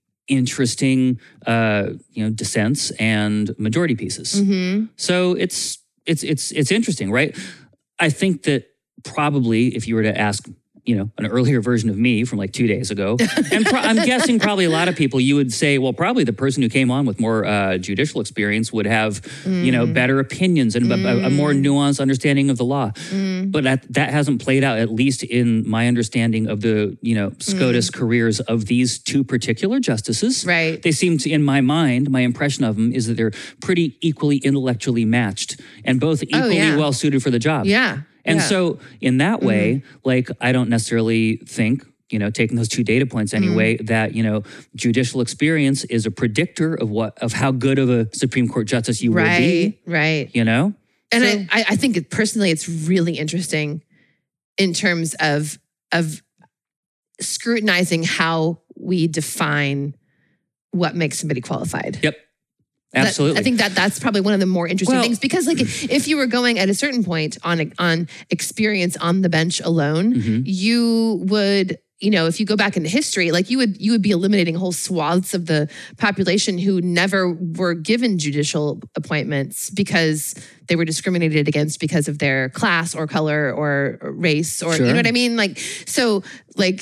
Speaker 2: interesting, uh, you know, dissents and majority pieces.
Speaker 1: hmm
Speaker 2: So it's it's it's it's interesting, right? I think that probably if you were to ask, you know, an earlier version of me from like two days ago, and pro- I'm guessing probably a lot of people, you would say, well, probably the person who came on with more uh, judicial experience would have, you
Speaker 1: Mm.
Speaker 2: know, better opinions and a- a, a more nuanced understanding of the law.
Speaker 1: Mm.
Speaker 2: But that that hasn't played out, at least in my understanding of the, you know, SCOTUS careers of these two particular justices
Speaker 1: Mm. Right.
Speaker 2: they seem to in my mind my impression of them is that they're pretty equally intellectually matched and both equally
Speaker 1: Oh, yeah.
Speaker 2: well suited for the job
Speaker 1: Yeah.
Speaker 2: and
Speaker 1: yeah. Mm-hmm.
Speaker 2: so in that way like i don't necessarily think you know taking those two data points anyway
Speaker 1: Mm-hmm.
Speaker 2: that you know judicial experience is a predictor of what of how good of a supreme court justice you will
Speaker 1: right,
Speaker 2: be
Speaker 1: right.
Speaker 2: you know
Speaker 1: And
Speaker 2: So-
Speaker 1: I I, I think it, personally, it's really interesting in terms of of scrutinizing how we define what makes somebody qualified.
Speaker 2: Yep.
Speaker 1: That-
Speaker 2: Absolutely.
Speaker 1: I think that that's probably one of the more interesting
Speaker 2: Well-
Speaker 1: things because, like, if you were going at a certain point on on experience on the bench alone,
Speaker 2: Mhm.
Speaker 1: you would you know if you go back into history like you would you would be eliminating whole swaths of the population who never were given judicial appointments because they were discriminated against because of their class or color or race or you
Speaker 2: Sure.
Speaker 1: know what i mean like so like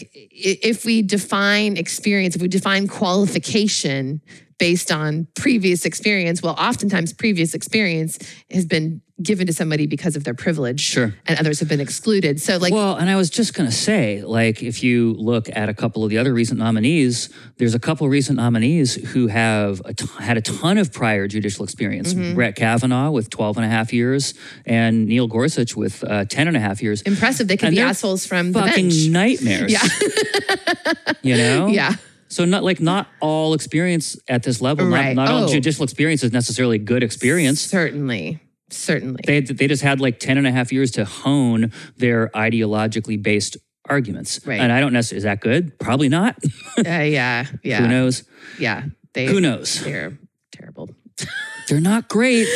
Speaker 1: i- if we define experience if we define qualification based on previous experience well oftentimes previous experience has been given to somebody because of their privilege
Speaker 2: Sure.
Speaker 1: and others have been excluded so like
Speaker 2: well, and I was just going to say, like, if you look at a couple of the other recent nominees, there's a couple recent nominees who have a t- had a ton of prior judicial experience.
Speaker 1: Mm-hmm.
Speaker 2: Brett Kavanaugh with 12 and a half years and Neil Gorsuch with uh, 10 and a half years.
Speaker 1: impressive. They could
Speaker 2: And
Speaker 1: be
Speaker 2: they're
Speaker 1: assholes from the
Speaker 2: Fucking
Speaker 1: bench.
Speaker 2: nightmares.
Speaker 1: Yeah.
Speaker 2: you know?
Speaker 1: Yeah.
Speaker 2: So not like not all experience at this level,
Speaker 1: Right.
Speaker 2: not, not all
Speaker 1: Oh.
Speaker 2: judicial experience is necessarily good experience.
Speaker 1: Certainly. Certainly.
Speaker 2: They, they just had like 10 and a half years to hone their ideologically based arguments.
Speaker 1: Right.
Speaker 2: And I don't necessarily, is that good? Probably not.
Speaker 1: Uh, yeah.
Speaker 2: Who
Speaker 1: Yeah.
Speaker 2: knows?
Speaker 1: Yeah. They,
Speaker 2: Who knows?
Speaker 1: They're terrible.
Speaker 2: They're not great.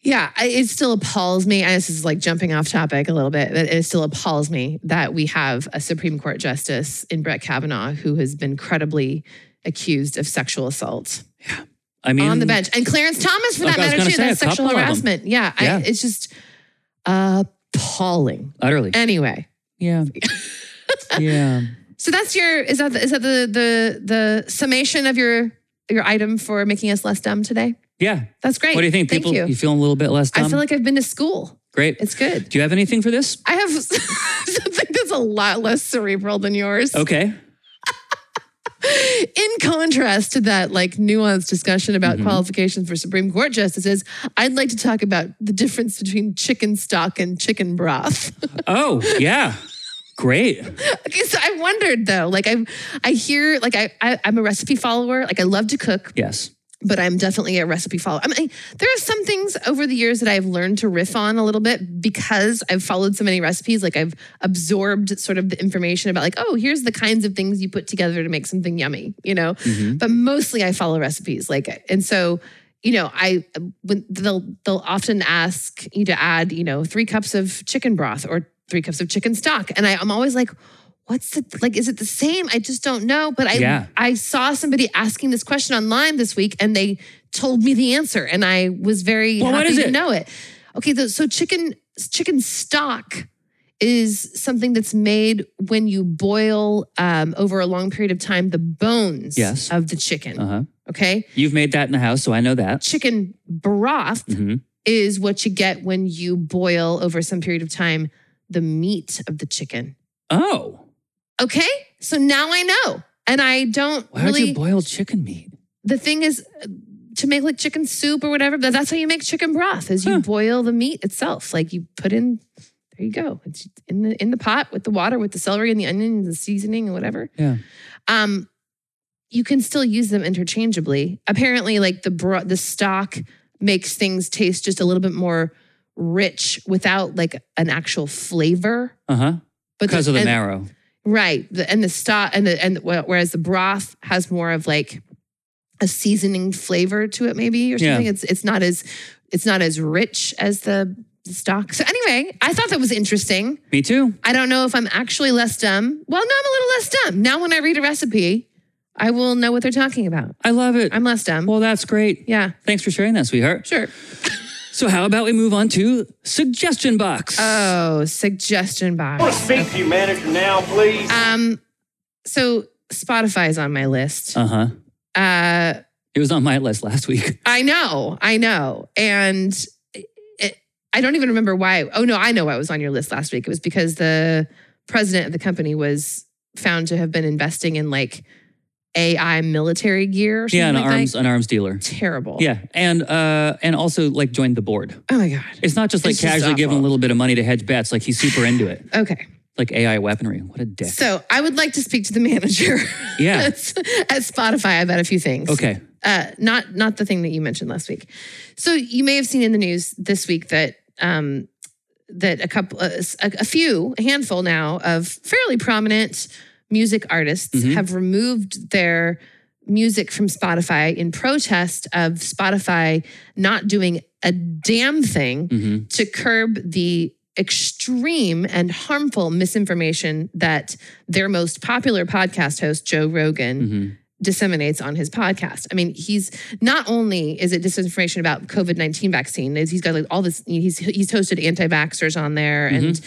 Speaker 1: Yeah. I, it still appalls me. And this is like jumping off topic a little bit, but it still appalls me that we have a Supreme Court justice in Brett Kavanaugh who has been credibly accused of sexual assault
Speaker 2: I mean,
Speaker 1: on the bench. And Clarence Thomas, for
Speaker 2: Like
Speaker 1: that
Speaker 2: I was
Speaker 1: matter,
Speaker 2: gonna
Speaker 1: too.
Speaker 2: say, a
Speaker 1: That's sexual
Speaker 2: couple of 'em.
Speaker 1: harassment. Yeah.
Speaker 2: Yeah.
Speaker 1: I, it's just appalling.
Speaker 2: utterly.
Speaker 1: Anyway.
Speaker 2: Yeah. yeah.
Speaker 1: So that's your is that the, is that the the the summation of your your item for making us less dumb today?
Speaker 2: Yeah.
Speaker 1: That's great.
Speaker 2: What do you think?
Speaker 1: Thank
Speaker 2: People,
Speaker 1: you.
Speaker 2: feeling a little bit less dumb?
Speaker 1: I feel like I've been to school.
Speaker 2: great.
Speaker 1: It's good.
Speaker 2: Do you have anything for this?
Speaker 1: I have something that's a lot less cerebral than yours.
Speaker 2: Okay.
Speaker 1: In contrast to that like nuanced discussion about
Speaker 2: Mhm.
Speaker 1: qualifications for Supreme Court justices, I'd like to talk about the difference between chicken stock and chicken broth.
Speaker 2: Oh, yeah. Great.
Speaker 1: okay, so I wondered though, like I I hear like I, I I'm a recipe follower, like I love to cook.
Speaker 2: Yes.
Speaker 1: but I'm definitely a recipe follower. I mean, there are some things over the years that I've learned to riff on a little bit because I've followed so many recipes. Like I've absorbed sort of the information about like, oh, here's the kinds of things you put together to make something yummy, you know.
Speaker 2: Mhm.
Speaker 1: But mostly I follow recipes. Like, and so you know, I when they'll they'll often ask you to add you know three cups of chicken broth or three cups of chicken stock, and I, I'm always like. What's the like? Is it the same? I just don't know. But I
Speaker 2: Yeah.
Speaker 1: I saw somebody asking this question online this week, and they told me the answer, and I was very
Speaker 2: Well,
Speaker 1: happy
Speaker 2: what is
Speaker 1: to
Speaker 2: it?
Speaker 1: know it. Okay, th- so chicken chicken stock is something that's made when you boil um, over a long period of time the bones
Speaker 2: Yes.
Speaker 1: of the chicken.
Speaker 2: Uh huh.
Speaker 1: Okay,
Speaker 2: You've made that in the house, so I know that.
Speaker 1: chicken broth
Speaker 2: hmm
Speaker 1: is what you get when you boil over some period of time the meat of the chicken.
Speaker 2: Oh.
Speaker 1: Okay, so now I know, and I don't
Speaker 2: Why
Speaker 1: really.
Speaker 2: would you boil chicken meat?
Speaker 1: the thing is uh, to make like chicken soup or whatever but that's how you make chicken broth is you
Speaker 2: Huh.
Speaker 1: boil the meat itself like you put in there you go it's in the in the pot with the water with the celery and the onion and the seasoning and whatever
Speaker 2: Yeah.
Speaker 1: um you can still use them interchangeably apparently like the bro- the stock makes things taste just a little bit more rich without like an actual flavor
Speaker 2: Uh huh.
Speaker 1: but
Speaker 2: Because of the
Speaker 1: and-
Speaker 2: marrow.
Speaker 1: Right. The, and the stock and the and the, whereas the broth has more of like a seasoning flavor to it, maybe or
Speaker 2: Yeah.
Speaker 1: something. It's it's not as it's not as rich as the stock. So anyway, I thought that was interesting.
Speaker 2: Me too.
Speaker 1: I don't know if I'm actually less dumb. Well, no, I'm a little less dumb. Now when I read a recipe, I will know what they're talking about.
Speaker 2: I love it.
Speaker 1: I'm less dumb.
Speaker 2: well, that's great.
Speaker 1: yeah,
Speaker 2: Thanks for sharing that, sweetheart.
Speaker 1: sure.
Speaker 2: So, how about we move on to suggestion box?
Speaker 1: Oh, suggestion
Speaker 4: I want
Speaker 1: box.
Speaker 4: to speak to you, manager, now, please.
Speaker 1: Um so Spotify is on my list.
Speaker 2: Uh huh.
Speaker 1: Uh
Speaker 2: It was on my list last week.
Speaker 1: I know, I know. And it, I don't even remember why. Oh, no, I know why it was on your list last week. It was because the president of the company was found to have been investing in like AI military gear. Or something
Speaker 2: Yeah, an
Speaker 1: like that.
Speaker 2: arms an arms dealer.
Speaker 1: Terrible.
Speaker 2: Yeah, and uh, and also like joined the board.
Speaker 1: Oh my God.
Speaker 2: It's not just like
Speaker 1: It's just
Speaker 2: casually giving a
Speaker 1: awful.
Speaker 2: little bit of money to hedge bets. Like he's super into it.
Speaker 1: Okay.
Speaker 2: Like AI weaponry. What a dick.
Speaker 1: So I would like to speak to the manager.
Speaker 2: Yeah.
Speaker 1: at Spotify about a few things.
Speaker 2: Okay.
Speaker 1: uh, not not the thing that you mentioned last week. So you may have seen in the news this week that um, uh, that a couple, a, a few, a handful now of fairly prominent music artists
Speaker 2: Mhm.
Speaker 1: have removed their music from Spotify in protest of Spotify not doing a damn thing
Speaker 2: hmm
Speaker 1: to curb the extreme and harmful misinformation that their most popular podcast host, Joe Rogan,
Speaker 2: hmm
Speaker 1: disseminates on his podcast. I mean, he's not only is it disinformation about COVID nineteen vaccine, is he's got like all this. He's he's hosted anti vaxxers on there and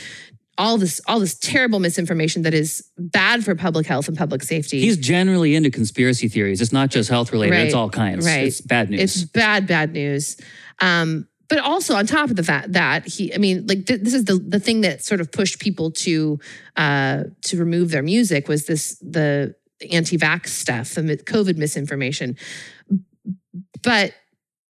Speaker 1: all this all this terrible misinformation that is bad for public health and public safety.
Speaker 2: He's generally into conspiracy theories. It's not just health related, it's
Speaker 1: Right,
Speaker 2: all kinds.
Speaker 1: right.
Speaker 2: It's bad news.
Speaker 1: it's bad bad news. Um, but also on top of the fact that he, I mean, like th- this is the the thing that sort of pushed people to uh, to remove their music was this the anti-vax stuff, the mi- COVID misinformation. But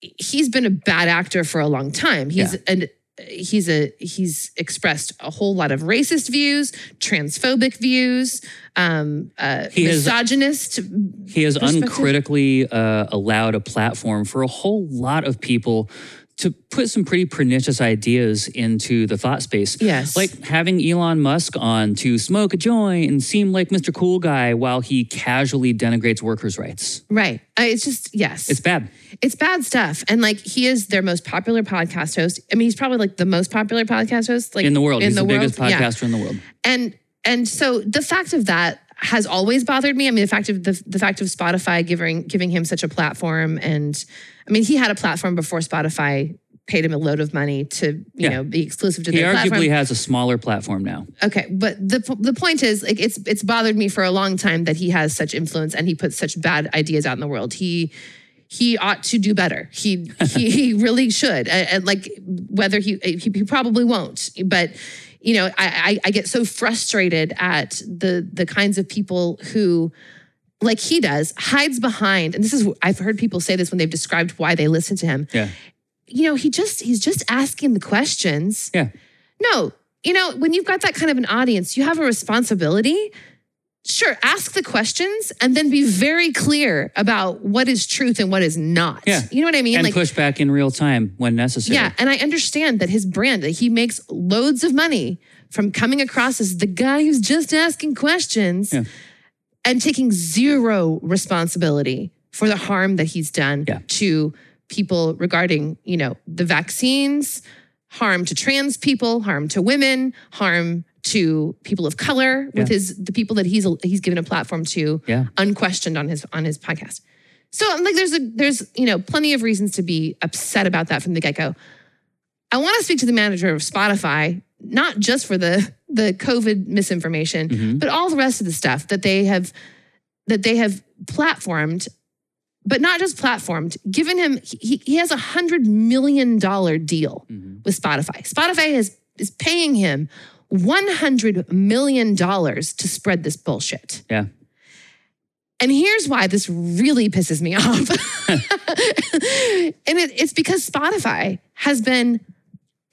Speaker 1: he's been a bad actor for a long time. He's and he's a he's expressed a whole lot of racist views, transphobic views, um, uh,
Speaker 2: He has-
Speaker 1: misogynist.
Speaker 2: He has
Speaker 1: perspective.
Speaker 2: uncritically uh, allowed a platform for a whole lot of people to put some pretty pernicious ideas into the thought space.
Speaker 1: Yes.
Speaker 2: Like having Elon Musk on to smoke a joint and seem like Mr. Cool Guy while he casually denigrates workers' rights.
Speaker 1: right. Uh, it's just yes.
Speaker 2: It's bad.
Speaker 1: it's bad stuff. And like he is their most popular podcast host. I mean, he's probably like the most popular podcast host like
Speaker 2: in the world.
Speaker 1: In
Speaker 2: He's the,
Speaker 1: world.
Speaker 2: biggest
Speaker 1: Yeah.
Speaker 2: podcaster in the world.
Speaker 1: And and so the fact of that has always bothered me. I mean, the fact of the, the fact of Spotify giving giving him such a platform, and I mean, he had a platform before Spotify paid him a load of money to you
Speaker 2: Yeah.
Speaker 1: know be exclusive to
Speaker 2: He
Speaker 1: their platform.
Speaker 2: arguably has a smaller platform now.
Speaker 1: Okay, but the the point is, like, it's it's bothered me for a long time that he has such influence and he puts such bad ideas out in the world. He he ought to do better. He he, he really should. And, and, like, whether he, he he probably won't, but you know, I, I I get so frustrated at the the kinds of people who like he does hides behind and this is i've heard people say this when they've described why they listen to him
Speaker 2: Yeah.
Speaker 1: you know he just he's just asking the questions
Speaker 2: Yeah.
Speaker 1: no, you know, when you've got that kind of an audience, you have a responsibility. Sure, ask the questions and then be very clear about what is truth and what is not.
Speaker 2: Yeah.
Speaker 1: You know what I mean?
Speaker 2: And push back in real time when necessary.
Speaker 1: yeah, and I understand that his brand, that he makes loads of money from coming across as the guy who's just asking questions
Speaker 2: Yeah.
Speaker 1: and taking zero responsibility for the harm that he's done
Speaker 2: Yeah.
Speaker 1: to people regarding, you know, the vaccines, harm to trans people, harm to women, harm to people of color with
Speaker 2: Yeah.
Speaker 1: his the people that he's he's given a platform to
Speaker 2: Yeah.
Speaker 1: unquestioned on his on his podcast. So I'm like, there's a there's you know plenty of reasons to be upset about that from the get go. I want to speak to the manager of Spotify, not just for the the COVID misinformation,
Speaker 2: Mhm.
Speaker 1: but all the rest of the stuff that they have that they have platformed, but not just platformed. Given him, he he has a hundred million dollar deal
Speaker 2: Mhm.
Speaker 1: with Spotify. Spotify is is paying him one hundred million dollars to spread this bullshit.
Speaker 2: Yeah.
Speaker 1: And here's why this really pisses me off. and it, it's because Spotify has been,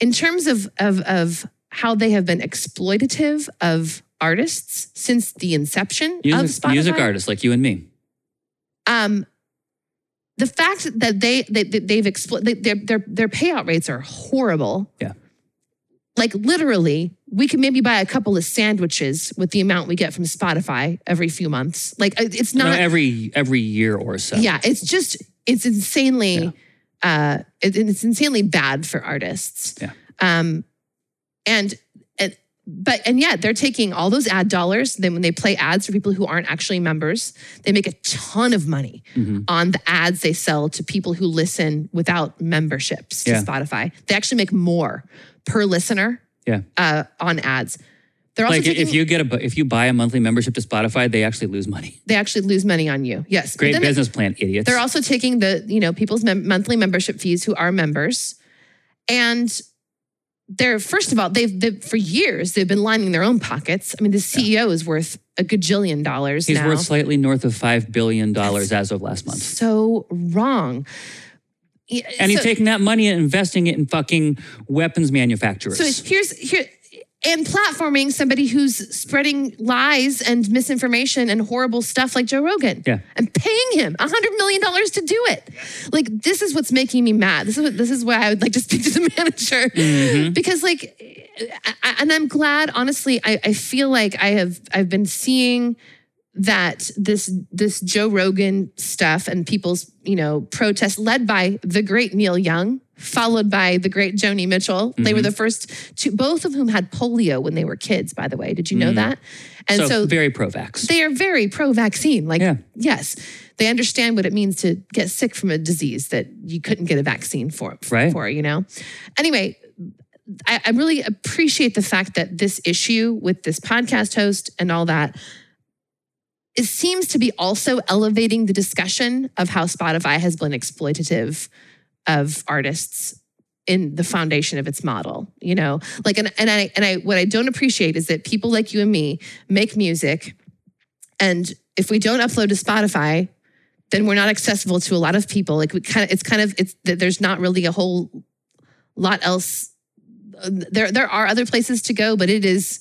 Speaker 1: in terms of, of, of how they have been exploitative of artists since the inception of
Speaker 2: Music,
Speaker 1: Spotify.
Speaker 2: music artists like you and me.
Speaker 1: Um, the fact that they, they, that they've explo- they, their, their, their payout rates are horrible.
Speaker 2: Yeah.
Speaker 1: Like literally, we can maybe buy a couple of sandwiches with the amount we get from Spotify every few months. Like it- it's
Speaker 2: No,
Speaker 1: not
Speaker 2: every every year or so.
Speaker 1: yeah, it's just it's insanely uh it, it's insanely bad for artists.
Speaker 2: Yeah.
Speaker 1: Um and and but and yet they're taking all those ad dollars then when they play ads for people who aren't actually members, they make a ton of money
Speaker 2: Mhm.
Speaker 1: on the ads they sell to people who listen without memberships to
Speaker 2: Yeah.
Speaker 1: Spotify. They actually make more per listener
Speaker 2: Yeah.
Speaker 1: uh on ads. They're also
Speaker 2: Like
Speaker 1: taking,
Speaker 2: if you get a bu- if you buy a monthly membership to Spotify, they actually lose money.
Speaker 1: they actually lose money on you. Yes. But
Speaker 2: Great
Speaker 1: then they-
Speaker 2: business plan, idiots.
Speaker 1: They're also taking the you know people's mem- monthly membership fees who are members, and they're first of all they've, they've for years they've been lining their own pockets. I mean, the CEO is worth a gajillion dollars
Speaker 2: He's
Speaker 1: now.
Speaker 2: worth slightly north of five billion dollars as of last month.
Speaker 1: so wrong. Yeah,
Speaker 2: And he's
Speaker 1: so-
Speaker 2: taking that money and investing it in fucking weapons manufacturers.
Speaker 1: So here's here and platforming somebody who's spreading lies and misinformation and horrible stuff like Joe Rogan.
Speaker 2: Yeah.
Speaker 1: And paying him a hundred million dollars to do it. Like this is what's making me mad. This is what this is why I would like to speak to the manager. Because like I- I- and I'm glad, honestly, I, I feel like I have I've been seeing that this this Joe Rogan stuff and people's, you know, protests led by the great Neil Young, followed by the great Joni Mitchell. They were the first two, both of whom had polio when they were kids, by the way. Did you know that? And
Speaker 2: so,
Speaker 1: so
Speaker 2: very pro-vax.
Speaker 1: they are very pro vaccine. Like,
Speaker 2: Yeah.
Speaker 1: yes, they understand what it means to get sick from a disease that you couldn't get a vaccine for,
Speaker 2: Right.
Speaker 1: for you know? Anyway, I, I really appreciate the fact that this issue with this podcast host and all that. It seems to be also elevating the discussion of how Spotify has been exploitative of artists in the foundation of its model, you know? Like and and I and I what I don't appreciate is that people like you and me make music and if we don't upload to Spotify, then we're not accessible to a lot of people. Like we kind of it's kind of it's that there's not really a whole lot else there there are other places to go, but it is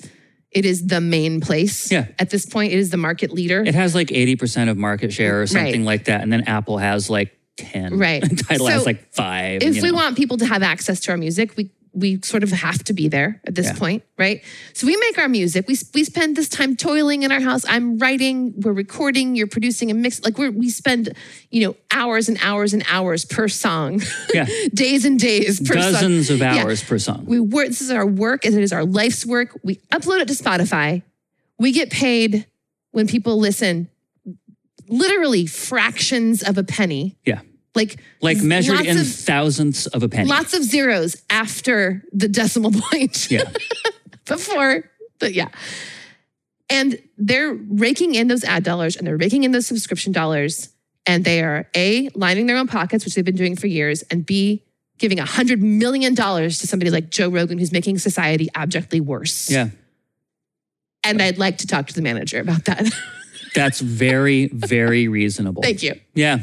Speaker 1: it is the main place.
Speaker 2: Yeah.
Speaker 1: At this point, it is the market leader.
Speaker 2: It has like 80% of market share or something
Speaker 1: Right.
Speaker 2: like that. And then Apple has like 10.
Speaker 1: Right.
Speaker 2: Title
Speaker 1: So
Speaker 2: has like five.
Speaker 1: if
Speaker 2: you
Speaker 1: we
Speaker 2: know.
Speaker 1: want people to have access to our music, we we sort of have to be there at this
Speaker 2: Yeah.
Speaker 1: point, right? So we make our music. We we spend this time toiling in our house. I'm writing, we're recording, you're producing a mix. Like we are we spend, you know, hours and hours and hours per song,
Speaker 2: Yeah.
Speaker 1: days and days per song.
Speaker 2: Dozens of
Speaker 1: Yeah.
Speaker 2: hours per song.
Speaker 1: We work. This is our work. It is our life's work. We upload it to Spotify. We get paid when people listen. Literally fractions of a penny.
Speaker 2: yeah.
Speaker 1: Like
Speaker 2: Like measured
Speaker 1: lots
Speaker 2: in
Speaker 1: of-
Speaker 2: thousandths of a penny.
Speaker 1: Lots of zeros after the decimal point.
Speaker 2: Yeah.
Speaker 1: Before, but yeah. And they're raking in those ad dollars and they're raking in those subscription dollars. And they are A, lining their own pockets, which they've been doing for years, and B, giving $100 million to somebody like Joe Rogan, who's making society abjectly worse.
Speaker 2: Yeah.
Speaker 1: And I'd like to talk to the manager about that.
Speaker 2: That's very, very reasonable.
Speaker 1: Thank you.
Speaker 2: Yeah.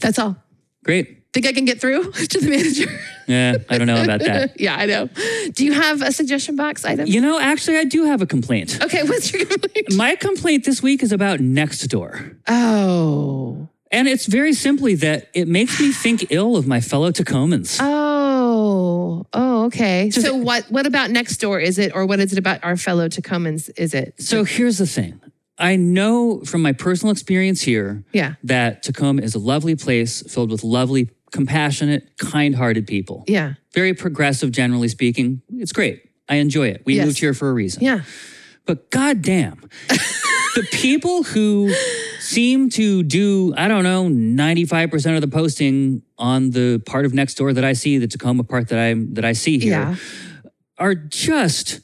Speaker 1: That's all.
Speaker 2: Great.
Speaker 1: Think I can get through to the manager?
Speaker 2: Yeah. I don't know about that.
Speaker 1: yeah, I know. Do you have a suggestion box item?
Speaker 2: You know, actually, I do have a complaint.
Speaker 1: Okay, what's your complaint?
Speaker 2: My complaint this week is about Nextdoor.
Speaker 1: Oh.
Speaker 2: And it's very simply that it makes me think ill of my fellow Tacomans.
Speaker 1: Oh. Oh, okay.
Speaker 2: So
Speaker 1: so what what about next door is it or what is it about our fellow Tacomans is it?
Speaker 2: So here's the thing. I know from my personal experience here
Speaker 1: Yeah.
Speaker 2: that Tacoma is a lovely place filled with lovely, compassionate, kind-hearted people.
Speaker 1: Yeah.
Speaker 2: Very progressive generally speaking. It's great. I enjoy it. We
Speaker 1: Yes.
Speaker 2: moved here for a reason.
Speaker 1: Yeah.
Speaker 2: But goddamn, the people who seem to do, I don't know, 95% of the posting on the part of next door that I see, the Tacoma part that I that I see here,
Speaker 1: Yeah.
Speaker 2: are just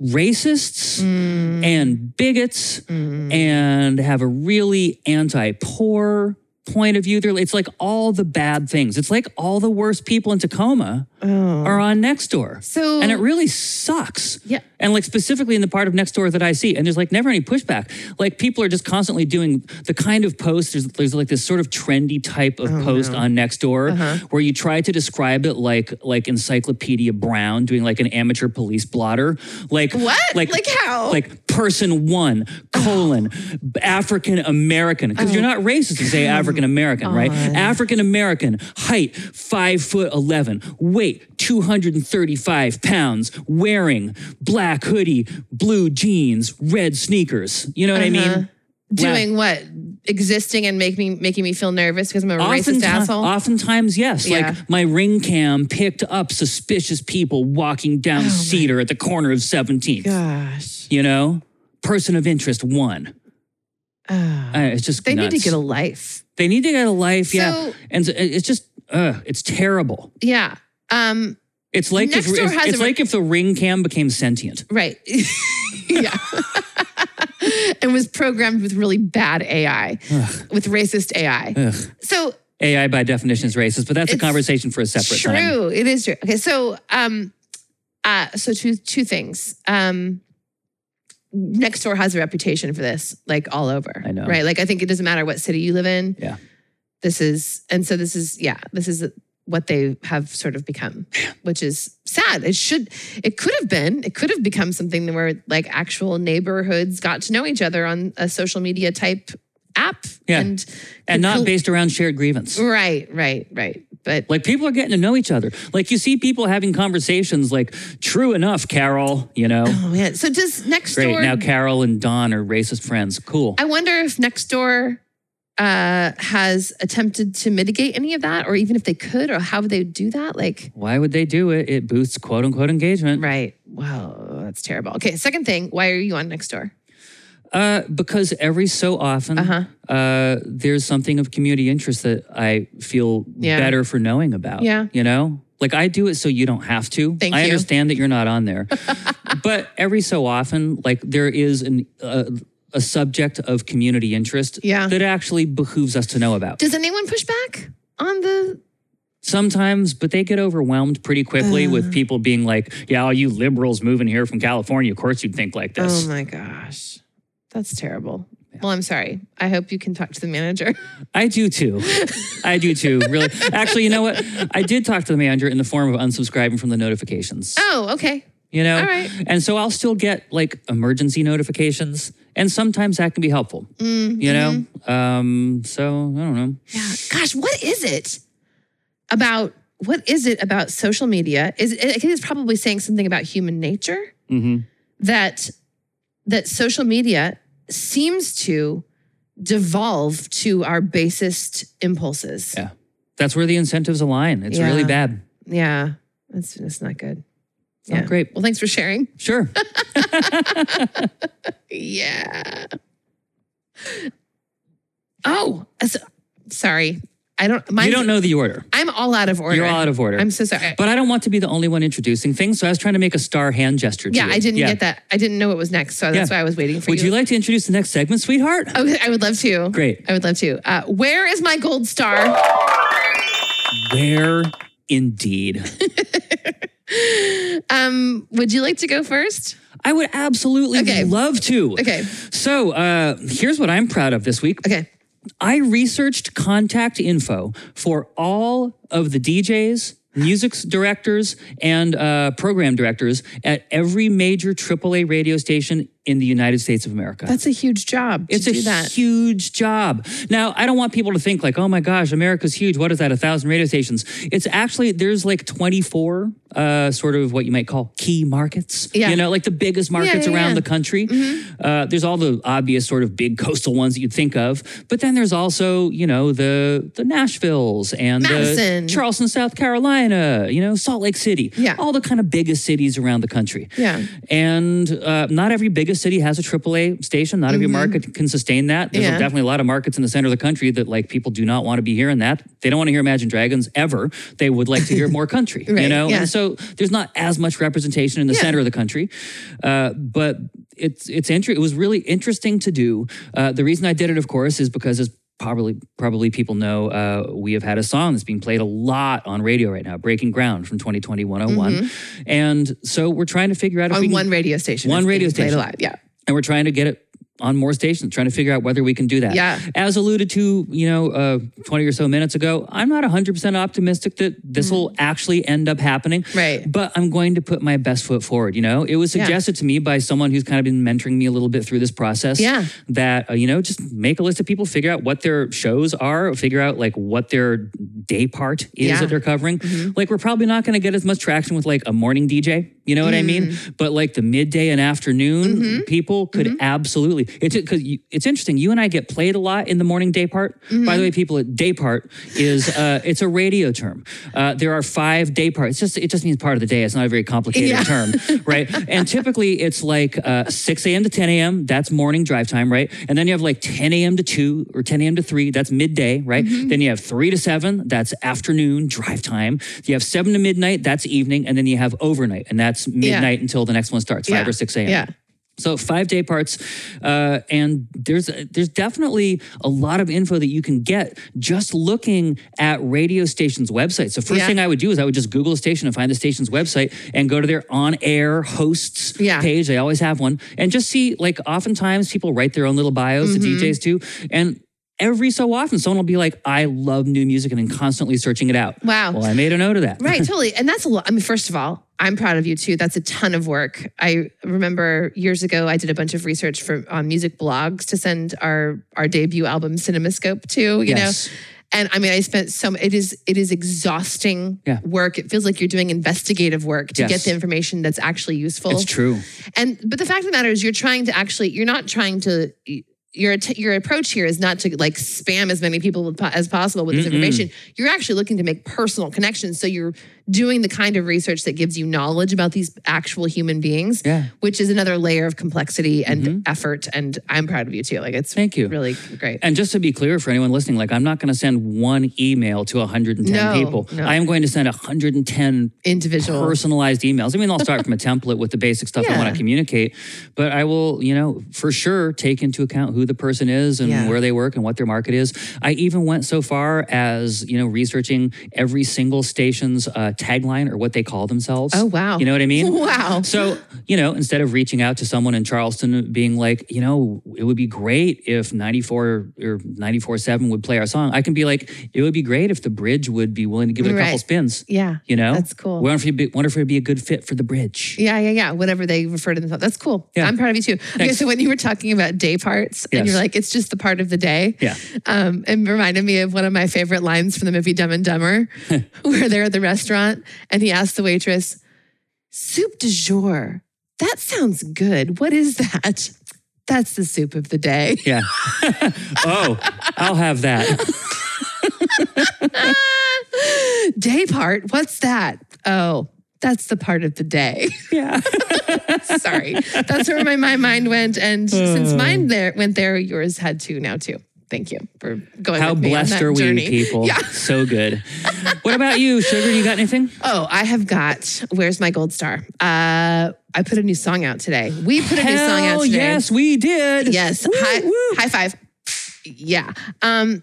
Speaker 2: racists and bigots and have a really anti-poor point of view. They're, it's like all the bad things. It's like all the worst people in Tacoma are on next door.
Speaker 1: So-
Speaker 2: and it really sucks.
Speaker 1: Yeah.
Speaker 2: And like specifically in the part of next door that I see, and there's like never any pushback. Like people are just constantly doing the kind of post. There's there's like this sort of trendy type of post on next door where you try to describe it like like Encyclopedia Brown doing like an amateur police blotter. Like
Speaker 1: What? Like how?
Speaker 2: Like person one colon African American because you're
Speaker 1: Oh.
Speaker 2: not racist to say African American, right? African American height five foot eleven, weight two hundred and thirty five pounds, wearing black hoodie, blue jeans, red sneakers. You know what I
Speaker 1: Uh-huh.
Speaker 2: mean?
Speaker 1: Doing what? Existing and making me making me feel nervous because I'm a racist
Speaker 2: Oftenti-
Speaker 1: asshole.
Speaker 2: Oftentimes, yes.
Speaker 1: Yeah.
Speaker 2: Like my ring cam picked up suspicious people walking
Speaker 1: Oh
Speaker 2: down Cedar at the corner of 17th.
Speaker 1: Gosh.
Speaker 2: You know, person of interest one.
Speaker 1: Ah.
Speaker 2: Uh, it's just
Speaker 1: they need
Speaker 2: nuts.
Speaker 1: to get a life.
Speaker 2: They need to get a life, yeah.
Speaker 1: So-
Speaker 2: And so- it's just, uh, it's terrible.
Speaker 1: Yeah. Um,
Speaker 2: It's like if,
Speaker 1: Nextdoor
Speaker 2: it's,
Speaker 1: has
Speaker 2: it's
Speaker 1: a-
Speaker 2: like if the ring cam became sentient.
Speaker 1: right. yeah. and was programmed with really bad AI, with racist AI. So
Speaker 2: AI by definition is racist, but that's a
Speaker 1: It's
Speaker 2: conversation for a separate time.
Speaker 1: true. It is true. Okay, so um, uh, so two two things. Um, Nextdoor has a reputation for this, like all over.
Speaker 2: I know.
Speaker 1: right? Like I think it doesn't matter what city you live in.
Speaker 2: Yeah.
Speaker 1: this is, and so this is, yeah, this is what they have sort of become, which is sad. It should, it could have been, it could have become something where like actual neighborhoods got to know each other on a social media type app
Speaker 2: Yeah.
Speaker 1: and
Speaker 2: and not
Speaker 1: cool-
Speaker 2: based around shared grievance.
Speaker 1: right, right, right. But
Speaker 2: Like people are getting to know each other. Like you see people having conversations like, true enough, Carol, you know.
Speaker 1: oh man, so does next
Speaker 2: Great.
Speaker 1: door?
Speaker 2: Now Carol and Don are racist friends. Cool.
Speaker 1: I wonder if next door uh, has attempted to mitigate any of that, or even if they could, or how would they do that? Like,
Speaker 2: Why would they do it? It boosts quote unquote engagement.
Speaker 1: right? Wow, that's terrible. Okay, second thing, why are you on next door?
Speaker 2: Uh, because every so often,
Speaker 1: Uh-huh.
Speaker 2: uh, there's something of community interest that I feel
Speaker 1: Yeah.
Speaker 2: better for knowing about.
Speaker 1: Yeah.
Speaker 2: You know? Like I do it so you don't have to.
Speaker 1: Thank
Speaker 2: I
Speaker 1: you.
Speaker 2: understand that you're not on there. but every so often, like there is an uh, a subject of community interest
Speaker 1: Yeah.
Speaker 2: that actually behooves us to know about.
Speaker 1: Does anyone push back on the?
Speaker 2: Sometimes, but they get overwhelmed pretty quickly
Speaker 1: Uh.
Speaker 2: with people being like, yeah, all you liberals moving here from California, of course you'd think like this.
Speaker 1: Oh my gosh, that's terrible. Well, I'm sorry. I hope you can talk to the manager.
Speaker 2: I do too. I do too. Really. Actually, you know what? I did talk to the manager in the form of unsubscribing from the notifications.
Speaker 1: oh, okay.
Speaker 2: You know?
Speaker 1: all right.
Speaker 2: And so I'll still get like emergency notifications. And sometimes that can be helpful. You know? Um, so I don't know.
Speaker 1: Mm-hmm. Yeah. Gosh, what is it about? What is it about social media? Is I think it's probably saying something about human nature
Speaker 2: Mm-hmm.
Speaker 1: that that social media seems to devolve to our basest impulses.
Speaker 2: Yeah. That's where the incentives align. It's really
Speaker 1: Yeah.
Speaker 2: bad.
Speaker 1: Yeah, that's that's not good.
Speaker 2: Not great.
Speaker 1: Well, thanks for sharing.
Speaker 2: Sure.
Speaker 1: Yeah. Oh, so- sorry. I don't. Mine,
Speaker 2: you don't know the order.
Speaker 1: I'm all out of order.
Speaker 2: You're all out of order.
Speaker 1: I'm so sorry.
Speaker 2: but I don't want to be the only one introducing things, so I was trying to make a star hand gesture. to
Speaker 1: yeah,
Speaker 2: you.
Speaker 1: I didn't get that. I didn't know what was next, so that's
Speaker 2: Yeah.
Speaker 1: why I was waiting for
Speaker 2: Would you like to introduce the next segment, sweetheart?
Speaker 1: Okay, I would love to.
Speaker 2: Great.
Speaker 1: I would love to. Uh, where is my gold star?
Speaker 2: Where indeed.
Speaker 1: Um, would you like to go first?
Speaker 2: I would absolutely
Speaker 1: Okay.
Speaker 2: love to.
Speaker 1: Okay.
Speaker 2: So uh, here's what I'm proud of this week.
Speaker 1: Okay.
Speaker 2: I researched contact info for all of the DJs, music directors, and uh, program directors at every major AAA radio station in the United States of America.
Speaker 1: That's a huge job to
Speaker 2: it's
Speaker 1: do
Speaker 2: a
Speaker 1: that.
Speaker 2: huge job. Now, I don't want people to think like, "Oh my gosh, America's huge. What is that? A thousand radio stations?" It's actually there's like 24, uh, sort of what you might call key markets.
Speaker 1: Yeah.
Speaker 2: you know, like the biggest markets
Speaker 1: yeah,
Speaker 2: around
Speaker 1: yeah. Mm-hmm.
Speaker 2: the country. Uh, there's all the obvious sort of big coastal ones that you'd think of, but then there's also you know the the Nashville's and
Speaker 1: Madison.
Speaker 2: the Charleston, South Carolina. You know, Salt Lake City.
Speaker 1: Yeah.
Speaker 2: all the kind of biggest cities around the country.
Speaker 1: Yeah.
Speaker 2: And uh, not every biggest city has a AAA station. Not every market can sustain that. There's
Speaker 1: Mm-hmm. Yeah.
Speaker 2: definitely a lot of markets in the center of the country that like people do not want to be hearing that. They don't want to hear Imagine Dragons ever. They would like to hear more country, you
Speaker 1: Right,
Speaker 2: know.
Speaker 1: yeah.
Speaker 2: And so there's not as much representation in the center of the country. Uh, but it's it's inter- it was really interesting to do. Uh, the reason I did it, of course, is because it's Probably, probably people know uh, we have had a song that's being played a lot on radio right now, "Breaking Ground" from 2020 101, and so we're trying to figure out if we
Speaker 1: Mm-hmm. On
Speaker 2: can
Speaker 1: one radio station.
Speaker 2: One
Speaker 1: It's
Speaker 2: radio
Speaker 1: being played
Speaker 2: station.
Speaker 1: Alive. Yeah.
Speaker 2: and we're trying to get it on more stations, trying to figure out whether we can do that.
Speaker 1: Yeah.
Speaker 2: As alluded to, you know, uh, 20 or so minutes ago, I'm not 100% optimistic that this will actually end up happening.
Speaker 1: Mm. Right.
Speaker 2: But I'm going to put my best foot forward. You know, it was
Speaker 1: Yeah.
Speaker 2: suggested to me by someone who's kind of been mentoring me a little bit through this process
Speaker 1: Yeah.
Speaker 2: that, uh, you know, just make a list of people, figure out what their shows are, figure out like what their day part is
Speaker 1: Yeah.
Speaker 2: that they're covering. Like, we're probably not going to get as much traction with like a morning DJ. You know what I mean? But like the midday and afternoon people could absolutely. It's because it's interesting. You and I get played a lot in the morning day part. By the way, people, at day part is uh, it's a radio term. Uh, there are five day parts. It's just it just means part of the day. It's not a very complicated
Speaker 1: Yeah.
Speaker 2: term, right? and typically it's like uh, 6 a.m. to 10 a.m. That's morning drive time, right? And then you have like 10 a.m. to 2 or 10 a.m. to 3. That's midday, right?
Speaker 1: Mm-hmm.
Speaker 2: Then you have 3 to 7. That's afternoon drive time. You have 7 to midnight. That's evening. And then you have overnight. And that's midnight until the next one starts, 5
Speaker 1: Yeah.
Speaker 2: or 6 a.m.
Speaker 1: Yeah.
Speaker 2: So five day parts, uh, and there's there's definitely a lot of info that you can get just looking at radio stations' websites. So first
Speaker 1: Yeah.
Speaker 2: thing I would do is I would just Google a station and find the station's website and go to their on air hosts
Speaker 1: Yeah.
Speaker 2: page. They always have one, and just see like oftentimes people write their own little bios
Speaker 1: Mm-hmm.
Speaker 2: to DJs too, and. Every so often, someone will be like, I love new music and then constantly searching it out.
Speaker 1: Wow.
Speaker 2: Well, I made a note of that.
Speaker 1: Right. totally. And that's a lot. I mean, first of all, I'm proud of you too. That's a ton of work. I remember years ago I did a bunch of research for on music blogs to send our our debut album CinemaScope to, you
Speaker 2: yes.
Speaker 1: know. And I mean I spent so it is it is exhausting
Speaker 2: Yeah.
Speaker 1: work. It feels like you're doing investigative work to get
Speaker 2: Yes.
Speaker 1: the information that's actually useful.
Speaker 2: It's true.
Speaker 1: And but the fact of the matter is, you're trying to actually, you're not trying to. Your att- your approach here is not to like spam as many people with po- as possible with this
Speaker 2: Mm-mm.
Speaker 1: information. You're actually looking to make personal connections. So you're doing the kind of research that gives you knowledge about these actual human beings,
Speaker 2: Yeah.
Speaker 1: which is another layer of complexity and
Speaker 2: Mhm.
Speaker 1: effort. And I'm proud of you too. Like it's
Speaker 2: Thank you.
Speaker 1: really great.
Speaker 2: And just to be clear for anyone listening, like I'm not going to send one email to 110
Speaker 1: No,
Speaker 2: people.
Speaker 1: no.
Speaker 2: I am going to send 110
Speaker 1: Individual.
Speaker 2: personalized emails. I mean, I'll start from a template with the basic stuff I
Speaker 1: Yeah.
Speaker 2: want to communicate, but I will, you know, for sure take into account who the person is and
Speaker 1: Yeah.
Speaker 2: where they work and what their market is. I even went so far as, you know, researching every single station's uh, tagline or what they call themselves.
Speaker 1: Oh, wow.
Speaker 2: You know what I mean?
Speaker 1: wow.
Speaker 2: So, you know, instead of reaching out to someone in Charleston being like, you know, it would be great if 94 or 94.7 would play our song, I can be like, it would be great if the bridge would be willing to give it a couple
Speaker 1: Right.
Speaker 2: spins.
Speaker 1: yeah.
Speaker 2: You know?
Speaker 1: That's cool.
Speaker 2: Wonder if, it'd be, wonder if it'd be a good fit for the bridge.
Speaker 1: Yeah, yeah, yeah. Whatever they refer to themselves. That's cool.
Speaker 2: Yeah.
Speaker 1: I'm proud of you too. Okay,
Speaker 2: Thanks.
Speaker 1: so when you were talking about day parts and
Speaker 2: Yes.
Speaker 1: you're like, it's just the part of the day.
Speaker 2: Yeah.
Speaker 1: Um, it reminded me of one of my favorite lines from the movie Dumb and Dumber, where they're at the restaurant and he asked the waitress, soup du jour. That sounds good. What is that? That's the soup of the day.
Speaker 2: Yeah. oh, I'll have that.
Speaker 1: day part, what's that? Oh, that's the part of the day.
Speaker 2: Yeah.
Speaker 1: Sorry. That's where my, my mind went. And
Speaker 2: Uh.
Speaker 1: since mine there went there, yours had to now too. Thank you for going.
Speaker 2: How
Speaker 1: with me on
Speaker 2: blessed
Speaker 1: that
Speaker 2: are we,
Speaker 1: journey.
Speaker 2: people?
Speaker 1: Yeah.
Speaker 2: So good. What about you, Sugar? You got anything?
Speaker 1: Oh, I have got Where's My Gold Star? Uh I put a new song out today. We put a new song out
Speaker 2: Hell
Speaker 1: today.
Speaker 2: yes, we did.
Speaker 1: Yes.
Speaker 2: Woo,
Speaker 1: high,
Speaker 2: woo.
Speaker 1: high five. Yeah. Um,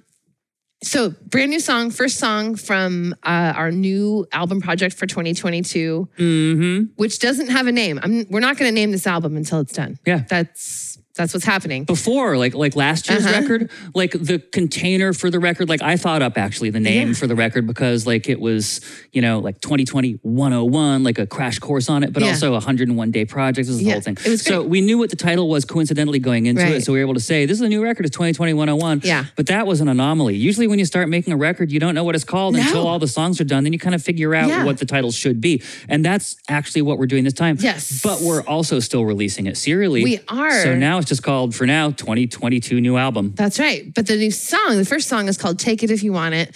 Speaker 1: so brand new song, first song from uh, our new album project for 2022,
Speaker 2: Mm-hmm.
Speaker 1: which doesn't have a name. I'm, we're not going to name this album until it's done.
Speaker 2: Yeah.
Speaker 1: That's that's what's happening.
Speaker 2: before, like like last year's
Speaker 1: Uh-huh.
Speaker 2: record, like the container for the record, like I thought up actually the name
Speaker 1: Yeah.
Speaker 2: for the record because like it was, you know, like 2020 101, like a crash course on it, but
Speaker 1: Yeah.
Speaker 2: also 101 day projects. This is the
Speaker 1: Yeah,
Speaker 2: whole thing.
Speaker 1: it was
Speaker 2: so we knew what the title was coincidentally going into it.
Speaker 1: Right.
Speaker 2: So we were able to say this is a new record, it's 2020 101.
Speaker 1: Yeah.
Speaker 2: But that was an anomaly. Usually when you start making a record, you don't know what it's called
Speaker 1: No.
Speaker 2: until all the songs are done. Then you kind of figure out
Speaker 1: Yeah.
Speaker 2: what the title should be. And that's actually what we're doing this time.
Speaker 1: Yes.
Speaker 2: But we're also still releasing it serially.
Speaker 1: We are.
Speaker 2: So now now it's just called for now 2022 new album.
Speaker 1: That's right. But the new song, the first song is called "Take It If You Want It."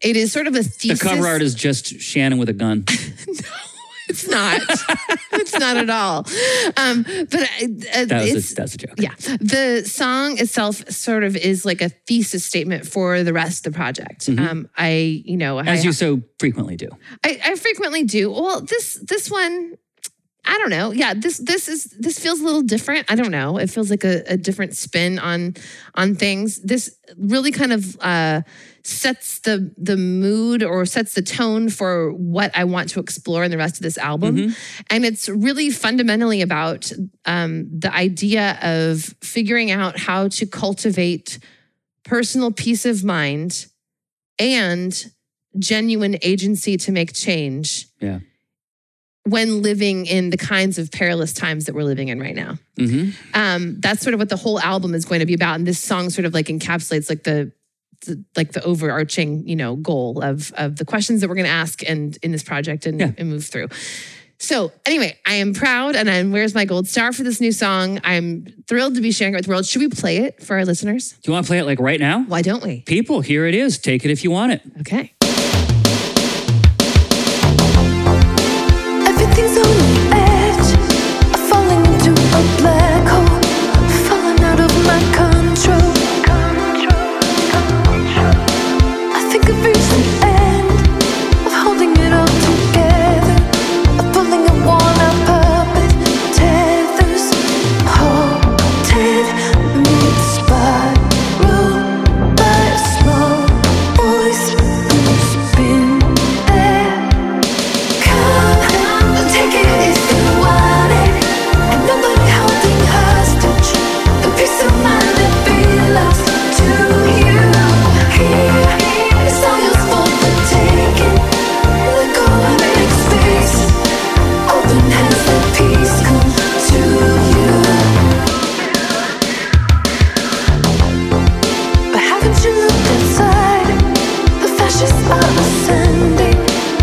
Speaker 1: It is sort of a
Speaker 2: Mm-hmm. The
Speaker 1: thesis.
Speaker 2: cover art is just Shannon with a gun.
Speaker 1: It's not. it's not at all. Um, but uh, uh,
Speaker 2: That was
Speaker 1: it's
Speaker 2: a, that's a joke.
Speaker 1: yeah. The song itself sort of is like a thesis statement for the rest of the project. Um, I, you know, I,
Speaker 2: Mm-hmm. As you so frequently do.
Speaker 1: I, I frequently do. Well, this this one, I don't know. Yeah, this this is this feels a little different. I don't know. It feels like a, a different spin on on things. This really kind of uh, sets the the mood or sets the tone for what I want to explore in the rest of this
Speaker 2: Mm-hmm.
Speaker 1: album. And it's really fundamentally about um, the idea of figuring out how to cultivate personal peace of mind and genuine agency to make change.
Speaker 2: Yeah.
Speaker 1: When living in the kinds of perilous times that we're living in right now.
Speaker 2: hmm
Speaker 1: Um, that's sort of what the whole album is going to be about. And this song sort of like encapsulates like the, the like the overarching, you know, goal of of the questions that we're gonna ask and in this project and,
Speaker 2: Yeah.
Speaker 1: and move through. So anyway, I am proud and I'm where's my gold star for this new song. I'm thrilled to be sharing it with the world. Should we play it for our listeners?
Speaker 2: Do you want to play it like right now?
Speaker 1: Why don't we?
Speaker 2: People, here it is. Take it if you want it.
Speaker 1: Okay.
Speaker 5: Everything's on edge. I'm falling into a black hole, falling out of my control. I think I've reached the end of holding it all together. Of pulling a worn out puppet, tethers halted mid spiral by small voice. Ashes are ascending,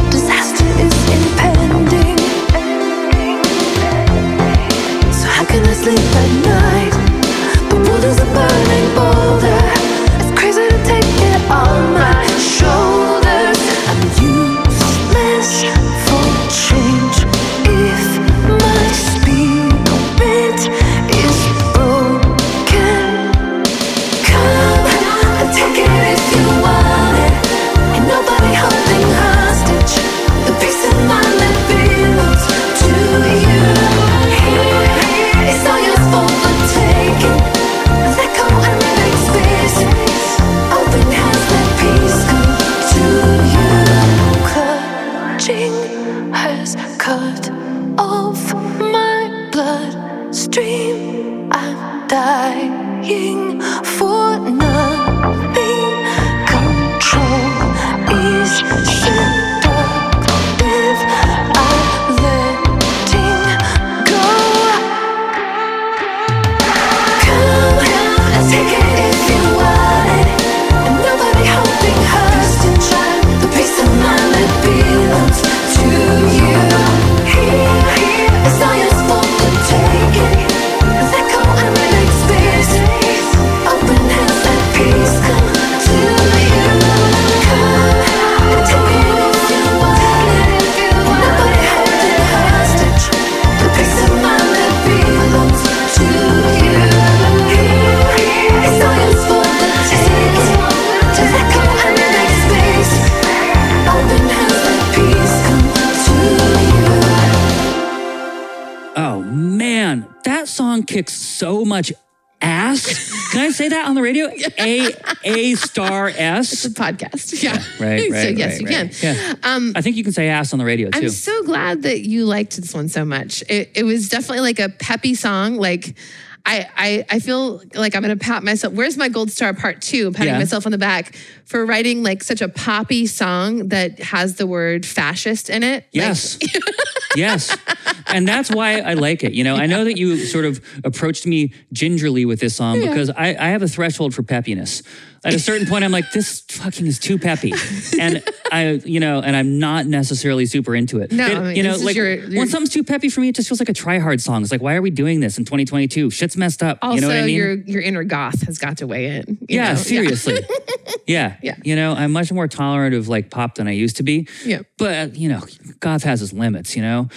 Speaker 5: disaster is impending. So how can I sleep at night? The world is a burning boulder. It's crazy to take it on my shoulders. I'm useless for change if my spirit is broken. Come and take it if you want it. Ain't nobody holding hostage. The peace of mind that belongs to you. It's all yours for the taking. Let go and make space. Open hands, let peace come to you. Clutching has cut off my blood stream. I'm dying for nothing. Control is seductive. I'm letting go. Come and take it if you want it. And nobody holding hostage. The peace of mind that belongs to you. It's all yours for the taking. Let go and make space. Open hands, let peace come to you. Come and take it if you want it. And nobody holding hostage. The peace of mind that belongs to you. It's all yours for the taking. Just let go and make space. Open hands, let peace come to you.
Speaker 2: Oh man, that song kicks so much ass. Can I say that on the radio? A A star S.
Speaker 1: podcast. Yeah.
Speaker 2: Right, right,
Speaker 1: so yes,
Speaker 2: right,
Speaker 1: you
Speaker 2: right.
Speaker 1: can.
Speaker 2: Yeah.
Speaker 1: Um,
Speaker 2: I think you can say ass on the radio too.
Speaker 1: I'm so glad that you liked this one so much. It, it was definitely like a peppy song. Like, I, I, I feel like I'm gonna pat myself. Where's my gold star part two? Patting
Speaker 2: Yeah.
Speaker 1: myself on the back for writing like such a poppy song that has the word fascist in it. Like,
Speaker 2: Yes. yes. And that's why I like it. You know, I know that you sort of approached me gingerly with this song because I, I have a threshold for peppiness. At a certain point, I'm like, this fucking is too peppy. And I, you know, and I'm not necessarily super into it.
Speaker 1: No,
Speaker 2: It-
Speaker 1: I mean,
Speaker 2: you know,
Speaker 1: this is
Speaker 2: like
Speaker 1: your- your-
Speaker 2: when something's too peppy for me, it just feels like a try hard song. It's like, why are we doing this in 2022? Shit's messed up.
Speaker 1: also,
Speaker 2: you know what I mean?
Speaker 1: your your inner goth has got to weigh in. you
Speaker 2: yeah,
Speaker 1: know?
Speaker 2: seriously. Yeah.
Speaker 1: Yeah.
Speaker 2: You know, I'm much more tolerant of like pop than I used to be.
Speaker 1: Yeah.
Speaker 2: But, uh, you know, goth has its limits, you know?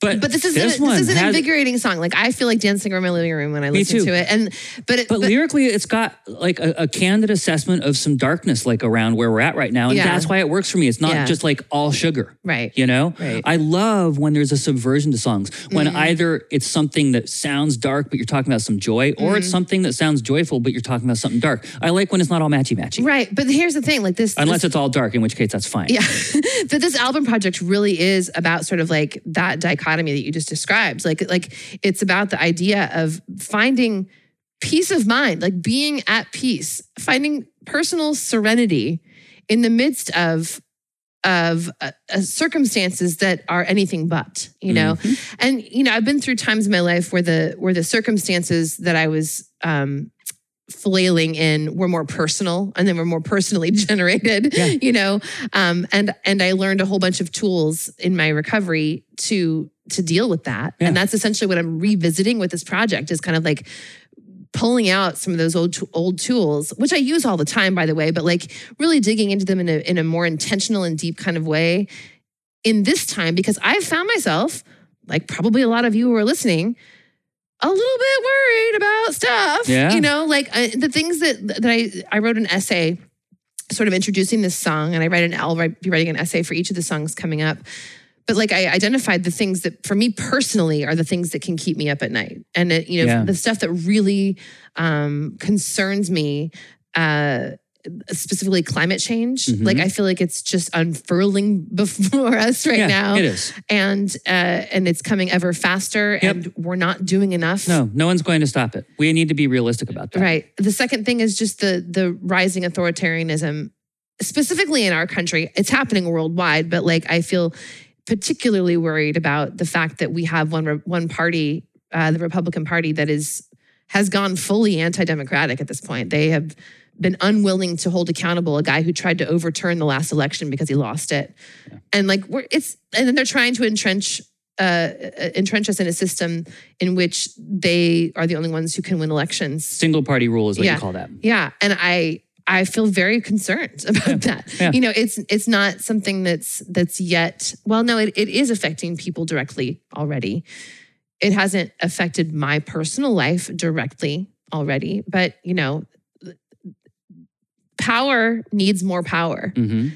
Speaker 2: But,
Speaker 1: But this is
Speaker 2: this
Speaker 1: an,
Speaker 2: one
Speaker 1: this is an
Speaker 2: had-
Speaker 1: invigorating song. Like I feel like dancing around my living room when I
Speaker 2: Me
Speaker 1: listen
Speaker 2: too.
Speaker 1: to it. And but, it,
Speaker 2: But, lyrically, it's got like a, a candid assessment of some darkness, like around where we're at right now. And
Speaker 1: Yeah.
Speaker 2: that's why it works for me. It's not
Speaker 1: Yeah.
Speaker 2: just like all sugar.
Speaker 1: Right.
Speaker 2: You know?
Speaker 1: Right. Mm-hmm.
Speaker 2: I love when there's a subversion to songs, when either it's something that sounds dark, but you're talking about some joy, or
Speaker 1: Mm-hmm.
Speaker 2: it's something that sounds joyful, but you're talking about something dark. I like when it's not all matchy matchy.
Speaker 1: right. But here's the thing. Like this.
Speaker 2: Unless
Speaker 1: this,
Speaker 2: it's all dark, in which case that's fine.
Speaker 1: Yeah. that this album project really is about sort of like that dichotomy that you just described. Like like it's about the idea of finding peace of mind, like being at peace, finding personal serenity in the midst of of uh, uh, circumstances that are anything but, you know.
Speaker 2: Mm-hmm.
Speaker 1: And you know, I've been through times in my life where the where the circumstances that I was um flailing in were more personal and then were more personally generated
Speaker 2: Yeah.
Speaker 1: you know um and and i learned a whole bunch of tools in my recovery to to deal with that
Speaker 2: Yeah.
Speaker 1: and that's essentially what i'm revisiting with this project is kind of like pulling out some of those old t- old tools which i use all the time by the way but like really digging into them in a in a more intentional and deep kind of way in this time because I've found myself, like probably a lot of you who are listening, a little bit worried about stuff.
Speaker 2: Yeah.
Speaker 1: You know, like I, the things that that I I wrote an essay, sort of introducing this song, and I write an I'll write, be writing an essay for each of the songs coming up. But like I identified the things that for me personally are the things that can keep me up at night, and it, you know
Speaker 2: Yeah.
Speaker 1: the stuff that really um, concerns me. Uh, specifically climate change.
Speaker 2: Mhm.
Speaker 1: Like I feel like it's just unfurling before us right
Speaker 2: Yeah,
Speaker 1: now,
Speaker 2: It is.
Speaker 1: and uh, and it's coming ever faster,
Speaker 2: Yep.
Speaker 1: and we're not doing enough.
Speaker 2: No, no one's going to stop it. We need to be realistic about that.
Speaker 1: Right. The second thing is just the the rising authoritarianism, specifically in our country. It's happening worldwide, but like I feel particularly worried about the fact that we have one re- one party, uh, the Republican Party, that is has gone fully anti-democratic at this point. They have been unwilling to hold accountable a guy who tried to overturn the last election because he lost it. And like we're it's and then they're trying to entrench uh entrench us in a system in which they are the only ones who can win elections.
Speaker 2: Single party rule is what
Speaker 1: Yeah.
Speaker 2: you call that.
Speaker 1: Yeah, and I I feel very concerned about that.
Speaker 2: Yeah.
Speaker 1: You know, it's it's not something that's that's yet well, no, it, it is affecting people directly already. It hasn't affected my personal life directly already, but you know, power needs more power.
Speaker 2: hmm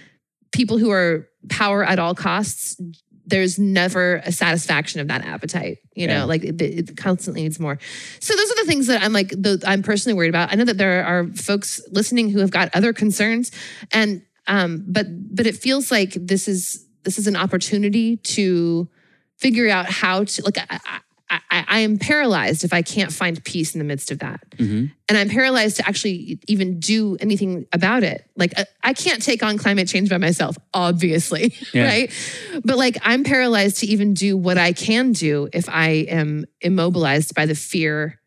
Speaker 1: People who are power at all costs, there's never a satisfaction of that appetite. You
Speaker 2: Yeah.
Speaker 1: know, like it, it constantly needs more. So those are the things that I'm like, the, I'm personally worried about. I know that there are folks listening who have got other concerns, and um, but but it feels like this is this is an opportunity to figure out how to like. I, I, I, I am paralyzed if I can't find peace in the midst of that
Speaker 2: hmm
Speaker 1: and I'm paralyzed to actually even do anything about it. Like I- I can't take on climate change by myself, obviously,
Speaker 2: Yeah.
Speaker 1: right? But like I'm paralyzed to even do what I can do if I am immobilized by the fear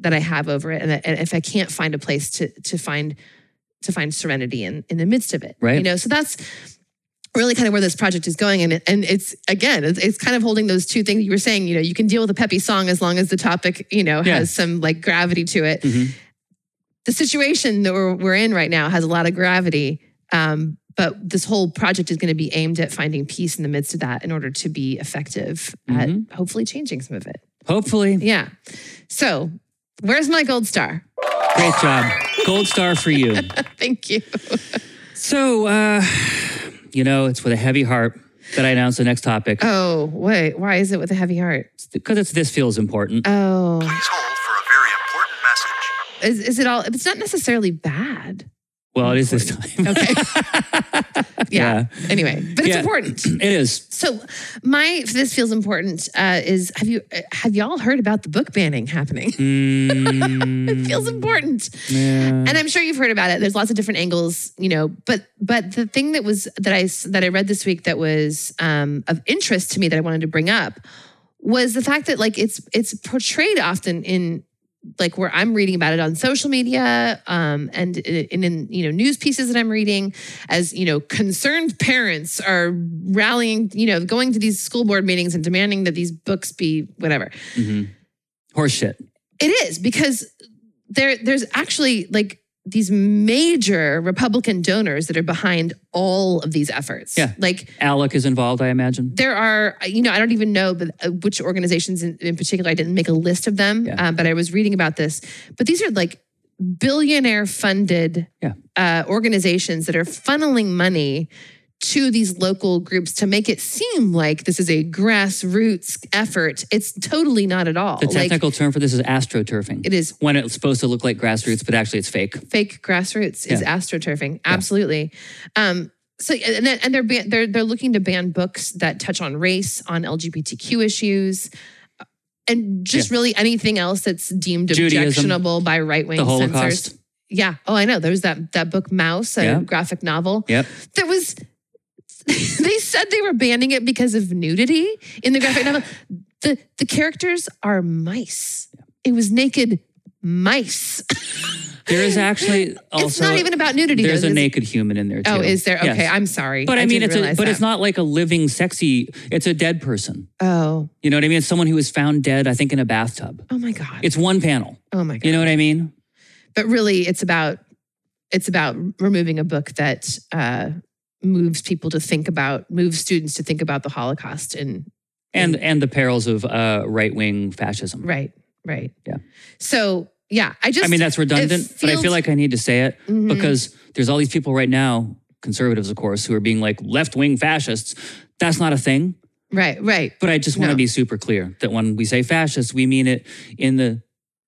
Speaker 1: that I have over it, and, that, and if I can't find a place to to find to find serenity in in the midst of it, You
Speaker 2: Right.
Speaker 1: know, so that's really kind of where this project is going and it- and it's again it's, it's kind of holding those two things you were saying you know you can deal with a peppy song as long as the topic you know
Speaker 2: Yeah.
Speaker 1: has some like gravity to it
Speaker 2: hmm
Speaker 1: the situation that we're, we're in right now has a lot of gravity. Um, but this whole project is going to be aimed at finding peace in the midst of that in order to be effective
Speaker 2: Mhm.
Speaker 1: at hopefully changing some of it.
Speaker 2: Hopefully.
Speaker 1: Yeah. So, where's my gold star?
Speaker 2: Great job. Gold star for you.
Speaker 1: Thank you.
Speaker 2: So, uh, you know, it's with a heavy heart that I announce the next topic
Speaker 1: Oh, wait. Why is it with a heavy heart?
Speaker 2: because it's this feels important.
Speaker 1: Oh,
Speaker 6: Please hold for a very important message.
Speaker 1: is, is it all? It's not necessarily bad.
Speaker 2: well, it is this time.
Speaker 1: Okay.
Speaker 2: Yeah.
Speaker 1: yeah. Anyway, but it's
Speaker 2: Yeah.
Speaker 1: important.
Speaker 2: it is.
Speaker 1: So, my this feels important uh, is have you have y'all heard about the book banning happening? it
Speaker 2: Mm,
Speaker 1: feels important.
Speaker 2: yeah.
Speaker 1: and I'm sure you've heard about it. There's lots of different angles, you know. But but the thing that was that I s- that I read this week that was um, of interest to me that I wanted to bring up was the fact that like it's it's portrayed often in like where I'm reading about it on social media um, and i- and in you know news pieces that I'm reading as you know concerned parents are rallying you know going to these school board meetings and demanding that these books be whatever.
Speaker 2: Mhm. Horse shit.
Speaker 1: It is because there there's actually like these major Republican donors that are behind all of these efforts.
Speaker 2: Yeah.
Speaker 1: Like
Speaker 2: Alec is involved, I imagine.
Speaker 1: there are, you know, I don't even know but, uh, which organizations in, in particular. I didn't make a list of them,
Speaker 2: Yeah.
Speaker 1: um, but I was reading about this. But these are like billionaire funded
Speaker 2: Yeah.
Speaker 1: uh, organizations that are funneling money to these local groups to make it seem like this is a grassroots effort. It's totally not at all.
Speaker 2: The
Speaker 1: like
Speaker 2: technical term for this is astroturfing.
Speaker 1: it is
Speaker 2: when it's supposed to look like grassroots, but actually it's fake.
Speaker 1: fake grassroots is astroturfing. Absolutely. Um, so and then, and they're ban- they're they're looking to ban books that touch on race, on LGBTQ issues, uh, and just really anything else that's deemed
Speaker 2: Judaism,
Speaker 1: objectionable by right wing
Speaker 2: The Holocaust.
Speaker 1: censors. Yeah. Oh, I know. There was that that book Mouse, a
Speaker 2: Yeah.
Speaker 1: graphic novel.
Speaker 2: Yep.
Speaker 1: That was. they said they were banning it because of nudity in the graphic novel. The the characters are mice. It was naked mice.
Speaker 2: There is actually also
Speaker 1: it's not even about nudity.
Speaker 2: there's
Speaker 1: though.
Speaker 2: a
Speaker 1: This-
Speaker 2: naked human in there too.
Speaker 1: Oh, is there? Okay,
Speaker 2: Yes.
Speaker 1: I'm sorry.
Speaker 2: But I, mean,
Speaker 1: didn't
Speaker 2: it's a,
Speaker 1: realize
Speaker 2: but it's
Speaker 1: that.
Speaker 2: not like a living, sexy. It's a dead person.
Speaker 1: Oh,
Speaker 2: You know what I mean? It's someone who was found dead, I think, in a bathtub.
Speaker 1: oh my god.
Speaker 2: It's one panel.
Speaker 1: oh my god.
Speaker 2: You know what I mean?
Speaker 1: but really, it's about it's about removing a book that uh, moves people to think about, moves students to think about the Holocaust and
Speaker 2: And and the perils of uh, right wing fascism.
Speaker 1: right, right.
Speaker 2: Yeah.
Speaker 1: So yeah, I just
Speaker 2: I mean, that's redundant, but I
Speaker 1: feels-
Speaker 2: feel like I need to say it
Speaker 1: Mhm.
Speaker 2: because there's all these people right now, conservatives, of course, who are being like left wing fascists. That's not a thing.
Speaker 1: right, right.
Speaker 2: But I just want
Speaker 1: No.
Speaker 2: to be super clear that when we say fascist, we mean it in the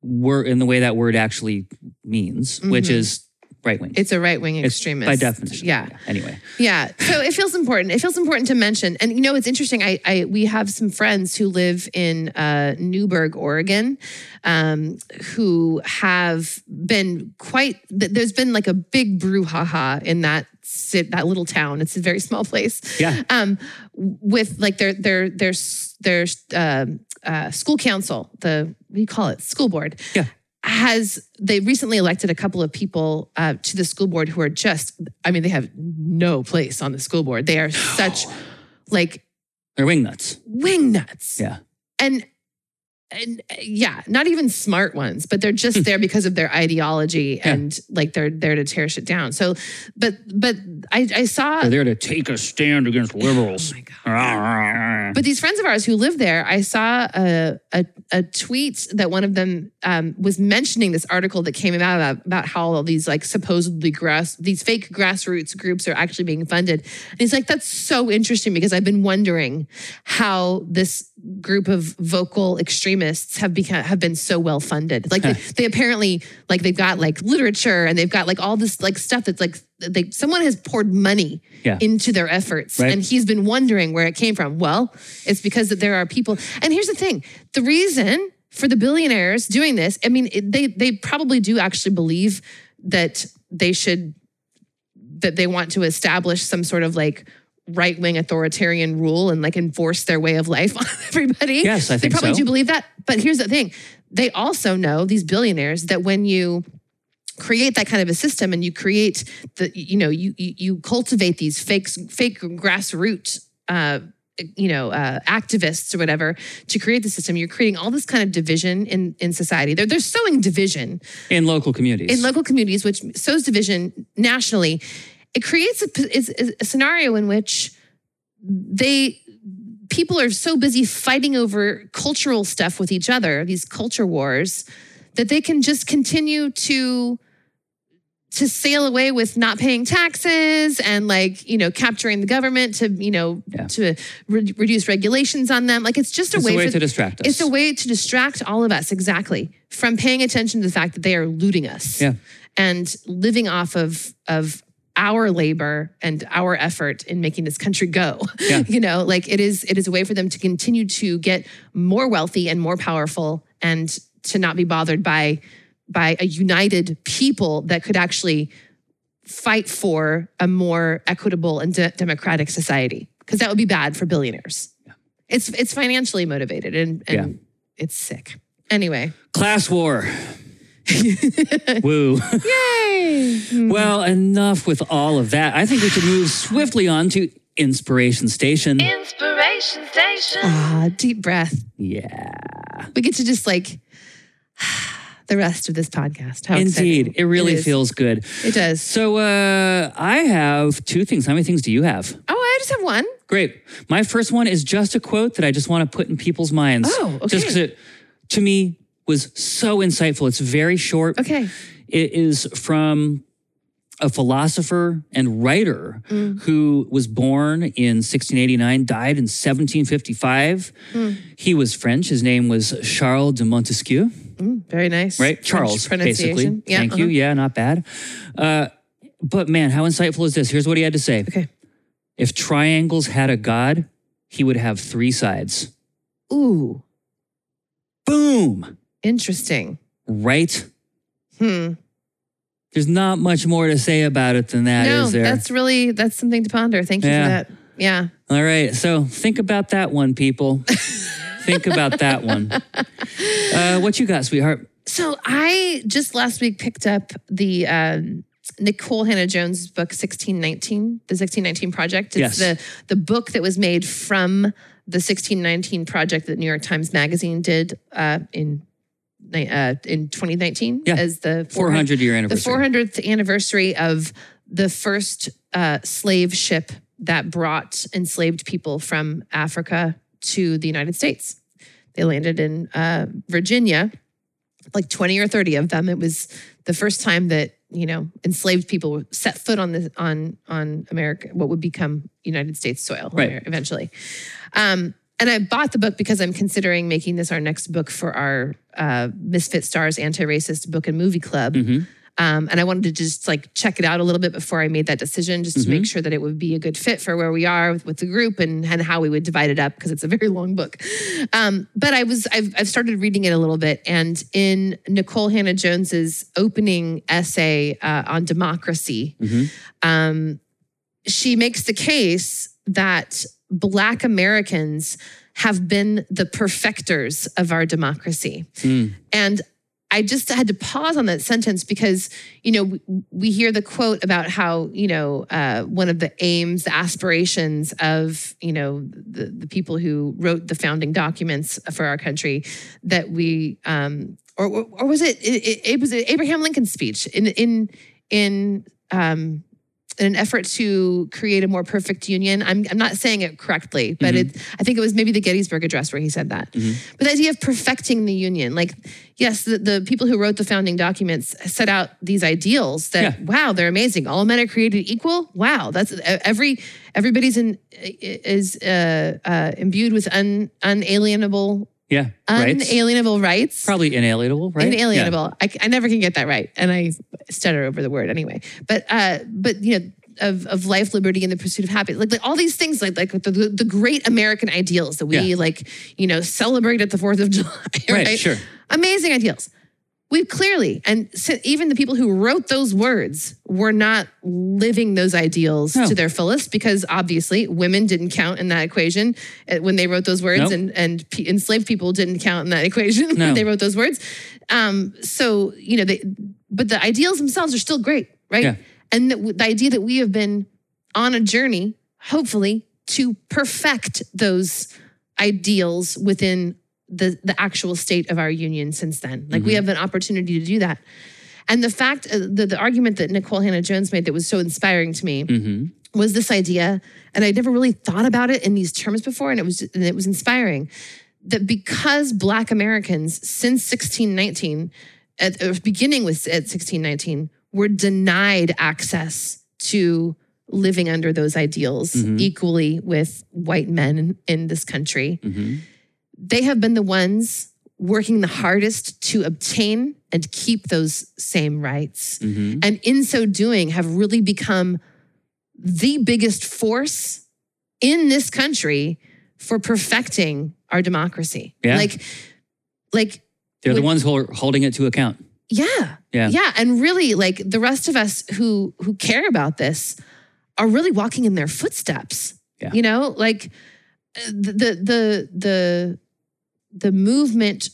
Speaker 2: word in the way that word actually means, which
Speaker 1: Mhm.
Speaker 2: is right wing.
Speaker 1: It's a right wing
Speaker 2: It's
Speaker 1: extremist
Speaker 2: by definition.
Speaker 1: Yeah.
Speaker 2: Anyway,
Speaker 1: Yeah. So it feels important. It feels important to mention. And you know, it's interesting. I, I we have some friends who live in uh, Newberg, Oregon, um, who have been quite. th- There's been like a big brouhaha in that sit that little town. It's a very small place.
Speaker 2: Yeah.
Speaker 1: Um, with like their their their s- their um uh, school council, the what do you call it? School board.
Speaker 2: Yeah.
Speaker 1: has they recently elected a couple of people uh, to the school board who are just I mean they have no place on the school board. They are such like
Speaker 2: They're wing nuts.
Speaker 1: wing nuts.
Speaker 2: Yeah.
Speaker 1: And and uh, yeah, not even smart ones, but they're just there because of their ideology
Speaker 2: Hmm. Yeah.
Speaker 1: and like they're there to tear shit down. So but but I I saw
Speaker 2: They're there to take a stand against liberals.
Speaker 1: Oh my God.
Speaker 2: but
Speaker 1: But these friends of ours who live there, I saw a, a, a tweet that one of them um, was mentioning this article that came out about, about how all these like supposedly grass, these fake grassroots groups are actually being funded. And he's like, that's so interesting because I've been wondering how this group of vocal extremists have become have been so well funded. Like they, they apparently like they've got like literature and they've got like all this like stuff that's like they someone has poured money
Speaker 2: Yeah.
Speaker 1: into their efforts
Speaker 2: Right.
Speaker 1: and he's been wondering where it came from well it's because that there are people and here's the thing the reason for the billionaires doing this i mean it, they they probably do actually believe that they should that they want to establish some sort of like right-wing authoritarian rule and like enforce their way of life on everybody
Speaker 2: Yes, I think
Speaker 1: they probably
Speaker 2: so.
Speaker 1: do believe that but here's the thing they also know these billionaires that when you create that kind of a system and you create the you know you you, you cultivate these fake fake grassroots uh you know uh, activists or whatever to create the system you're creating all this kind of division in in society they're, they're sowing division
Speaker 2: in local communities.
Speaker 1: in local communities, which sows division nationally, it creates a, p- is- is a scenario in which they people are so busy fighting over cultural stuff with each other, these culture wars, that they can just continue to to sail away with not paying taxes and like you know capturing the government to you know
Speaker 2: Yeah.
Speaker 1: to re- reduce regulations on them like it's just a
Speaker 2: it's
Speaker 1: way,
Speaker 2: a way
Speaker 1: for
Speaker 2: to distract us.
Speaker 1: it's a way to distract all of us, exactly, from paying attention to the fact that they are looting us
Speaker 2: Yeah.
Speaker 1: and living off of of our labor and our effort in making this country go.
Speaker 2: Yeah.
Speaker 1: you know, like it is it is a way for them to continue to get more wealthy and more powerful and to not be bothered by by a united people that could actually fight for a more equitable and de- democratic society because that would be bad for billionaires. It's it's financially motivated and, and it's sick. Anyway,
Speaker 2: Class war. Woo.
Speaker 1: yay!
Speaker 2: Well, enough with all of that. I think we should move swiftly on to Inspiration Station.
Speaker 5: Inspiration Station.
Speaker 1: Ah, deep breath.
Speaker 2: yeah.
Speaker 1: We get to just like the rest of this podcast. How
Speaker 2: Indeed.
Speaker 1: exciting.
Speaker 2: It really
Speaker 1: is.
Speaker 2: feels good.
Speaker 1: It does.
Speaker 2: So uh, I have two things. How many things do you have?
Speaker 1: Oh, I just have one.
Speaker 2: Great. My first one is just a quote that I just want to put in people's minds.
Speaker 1: Oh, okay.
Speaker 2: Just because it, to me, was so insightful. It's very short.
Speaker 1: Okay.
Speaker 2: It is from a philosopher and writer
Speaker 1: Mm.
Speaker 2: who was born in 1689, died in 1755.
Speaker 1: Mm.
Speaker 2: He was French. His name was Charles de Montesquieu,
Speaker 1: Mm, Very nice.
Speaker 2: right?
Speaker 1: French
Speaker 2: Charles, basically.
Speaker 1: pronunciation. Yeah,
Speaker 2: Thank
Speaker 1: uh-huh.
Speaker 2: you. Yeah, not bad. Uh, but man, how insightful is this? Here's what he had to say
Speaker 1: Okay.
Speaker 2: If triangles had a god, he would have three sides.
Speaker 1: Ooh,
Speaker 2: Boom!
Speaker 1: interesting.
Speaker 2: Right?
Speaker 1: Hmm.
Speaker 2: There's not much more to say about it than that, is
Speaker 1: no,
Speaker 2: there?
Speaker 1: that's really that's something to ponder. Thank you
Speaker 2: Yeah.
Speaker 1: for that. Yeah.
Speaker 2: All right. So think about that one, people. think about that one. Uh, what you got, sweetheart?
Speaker 1: So I just last week picked up the um, Nicole Hannah Jones book 1619, the 1619 Project. It's
Speaker 2: Yes.
Speaker 1: the the book that was made from the 1619 Project that New York Times Magazine did uh, in ni- uh, in 2019
Speaker 2: Yeah.
Speaker 1: as the
Speaker 2: 400 year
Speaker 1: the
Speaker 2: anniversary.
Speaker 1: 400th anniversary of the first uh, slave ship that brought enslaved people from Africa to the United States. They landed in uh, Virginia, like 20 or 30 of them. It was the first time that, you know, enslaved people set foot on the on on America, what would become United States soil
Speaker 2: Right.
Speaker 1: eventually. Um, and I bought the book because I'm considering making this our next book for our uh, Misfit Stars anti-racist book and movie club.
Speaker 2: Mhm.
Speaker 1: Um, and I wanted to just like check it out a little bit before I made that decision, just to make sure that it would be a good fit for where we are with, with the group and, and how we would divide it up because it's a very long book. Um, but I was I've, I've started reading it a little bit, and in Nicole Hannah Jones's opening essay uh, on democracy,
Speaker 2: Mhm.
Speaker 1: um, she makes the case that Black Americans have been the perfecters of our democracy.
Speaker 2: Mm.
Speaker 1: And I just had to pause on that sentence because, you know, we, we hear the quote about how, you know, uh, one of the aims, the aspirations of, you know, the, the people who wrote the founding documents for our country that we, um, or, or was it, it, it was Abraham Lincoln's speech in, in, in, um, in an effort to create a more perfect union. I'm, I'm not saying it correctly, but it, I think it was maybe the Gettysburg Address where he said that. But the idea of perfecting the union, like, yes, the, the people who wrote the founding documents set out these ideals that,
Speaker 2: Yeah.
Speaker 1: wow, they're amazing. All men are created equal. Wow. That's e, every, everybody's in, e, is uh, uh, imbued with un, unalienable,
Speaker 2: Yeah. Rights.
Speaker 1: unalienable rights.
Speaker 2: Probably inalienable, right? Yeah.
Speaker 1: Inalienable. I, I never can get that right, and I stutter over the word anyway. But uh, but you know. Of, of life, liberty, and the pursuit of happiness, like, like all these things, like like the, the the great American ideals that we
Speaker 2: Yeah.
Speaker 1: like, you know, celebrate at the Fourth of July,
Speaker 2: Right, sure.
Speaker 1: Amazing ideals. We clearly, and so even the people who wrote those words were not living those ideals
Speaker 2: No.
Speaker 1: to their fullest because obviously women didn't count in that equation uh, when they wrote those words,
Speaker 2: Nope.
Speaker 1: and and pe- enslaved people didn't count in that equation when
Speaker 2: No.
Speaker 1: they wrote those words. Um, so you know, they, but the ideals themselves are still great, right?
Speaker 2: Yeah.
Speaker 1: And the, the idea that we have been on a journey, hopefully, to perfect those ideals within the the actual state of our union since then. Like we have an opportunity to do that. And the fact, uh, the, the argument that Nicole Hannah Jones made that was so inspiring to me
Speaker 2: Mhm.
Speaker 1: was this idea, and I'd never really thought about it in these terms before, and it was and it was inspiring that because Black Americans since 1619, at, or beginning with at 1619, were denied access to living under those ideals
Speaker 2: Mhm.
Speaker 1: equally with white men in, in this country,
Speaker 2: Mhm.
Speaker 1: they have been the ones working the hardest to obtain and keep those same rights
Speaker 2: Mhm.
Speaker 1: and in so doing have really become the biggest force in this country for perfecting our democracy
Speaker 2: Yeah.
Speaker 1: like like
Speaker 2: They're the
Speaker 1: Would-
Speaker 2: ones who are holding it to account.
Speaker 1: yeah
Speaker 2: Yeah.
Speaker 1: and really like the rest of us who who care about this are really walking in their footsteps
Speaker 2: Yeah.
Speaker 1: you know like uh, the the the the, the movement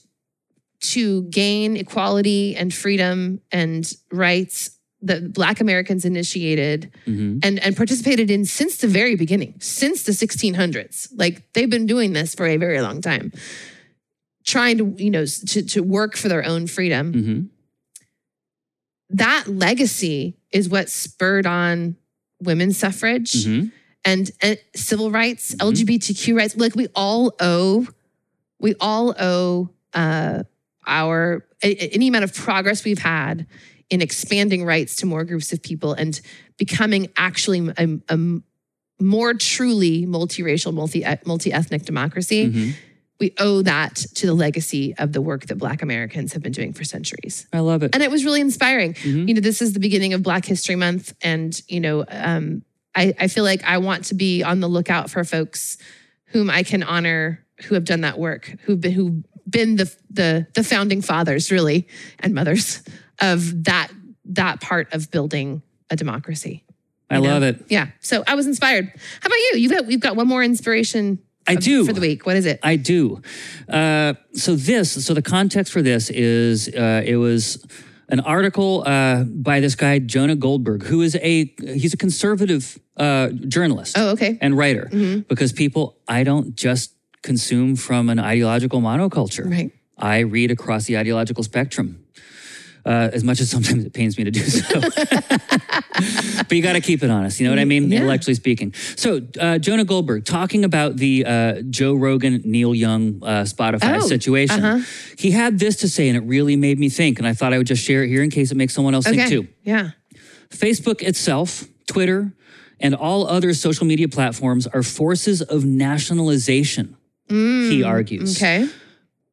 Speaker 1: to gain equality and freedom and rights that black americans initiated
Speaker 2: Mhm.
Speaker 1: and and participated in since the very beginning, since the 1600s. Like they've been doing this for a very long time, trying to you know s- to to work for their own freedom.
Speaker 2: Mhm.
Speaker 1: That legacy is what spurred on women's suffrage
Speaker 2: Mhm.
Speaker 1: and, and civil rights,
Speaker 2: Mhm.
Speaker 1: LGBTQ rights. Like we all owe, we all owe uh, our a- a- any amount of progress we've had in expanding rights to more groups of people and becoming actually a, a more truly multiracial, multi multi ethnic democracy.
Speaker 2: Mhm.
Speaker 1: We owe that to the legacy of the work that Black Americans have been doing for centuries
Speaker 2: I love it.
Speaker 1: and it was really inspiring.
Speaker 2: Mhm.
Speaker 1: Uh, You know, this is the beginning of Black History Month, and you know, um, I, I feel like I want to be on the lookout for folks whom I can honor who have done that work, who've been who've been the the the founding fathers, really, and mothers of that that part of building a democracy.
Speaker 2: I love it.
Speaker 1: Yeah, so I was inspired. How about you? You've got you've got one more inspiration.
Speaker 2: I
Speaker 1: of-
Speaker 2: do.
Speaker 1: for the week. What is it?
Speaker 2: I do. Uh, so this, so the context for this is uh, it was an article uh, by this guy Jonah Goldberg, who is a he's a conservative uh, journalist
Speaker 1: oh, okay.
Speaker 2: and writer
Speaker 1: Mm-hmm.
Speaker 2: because people I don't just consume from an ideological monoculture.
Speaker 1: Right.
Speaker 2: I read across the ideological spectrum. Uh, as much as sometimes it pains me to do so. but you got to keep it honest. You know what I mean? Intellectually speaking. So, uh, Jonah Goldberg talking about the uh, Joe Rogan, Neil Young uh,
Speaker 1: Oh,
Speaker 2: Spotify situation.
Speaker 1: uh-huh.
Speaker 2: He had this to say, and it really made me think. And I thought I would just share it here in case it makes someone else
Speaker 1: Okay.
Speaker 2: think too.
Speaker 1: Yeah.
Speaker 2: Facebook itself, Twitter, and all other social media platforms are forces of nationalization, he argues.
Speaker 1: Okay.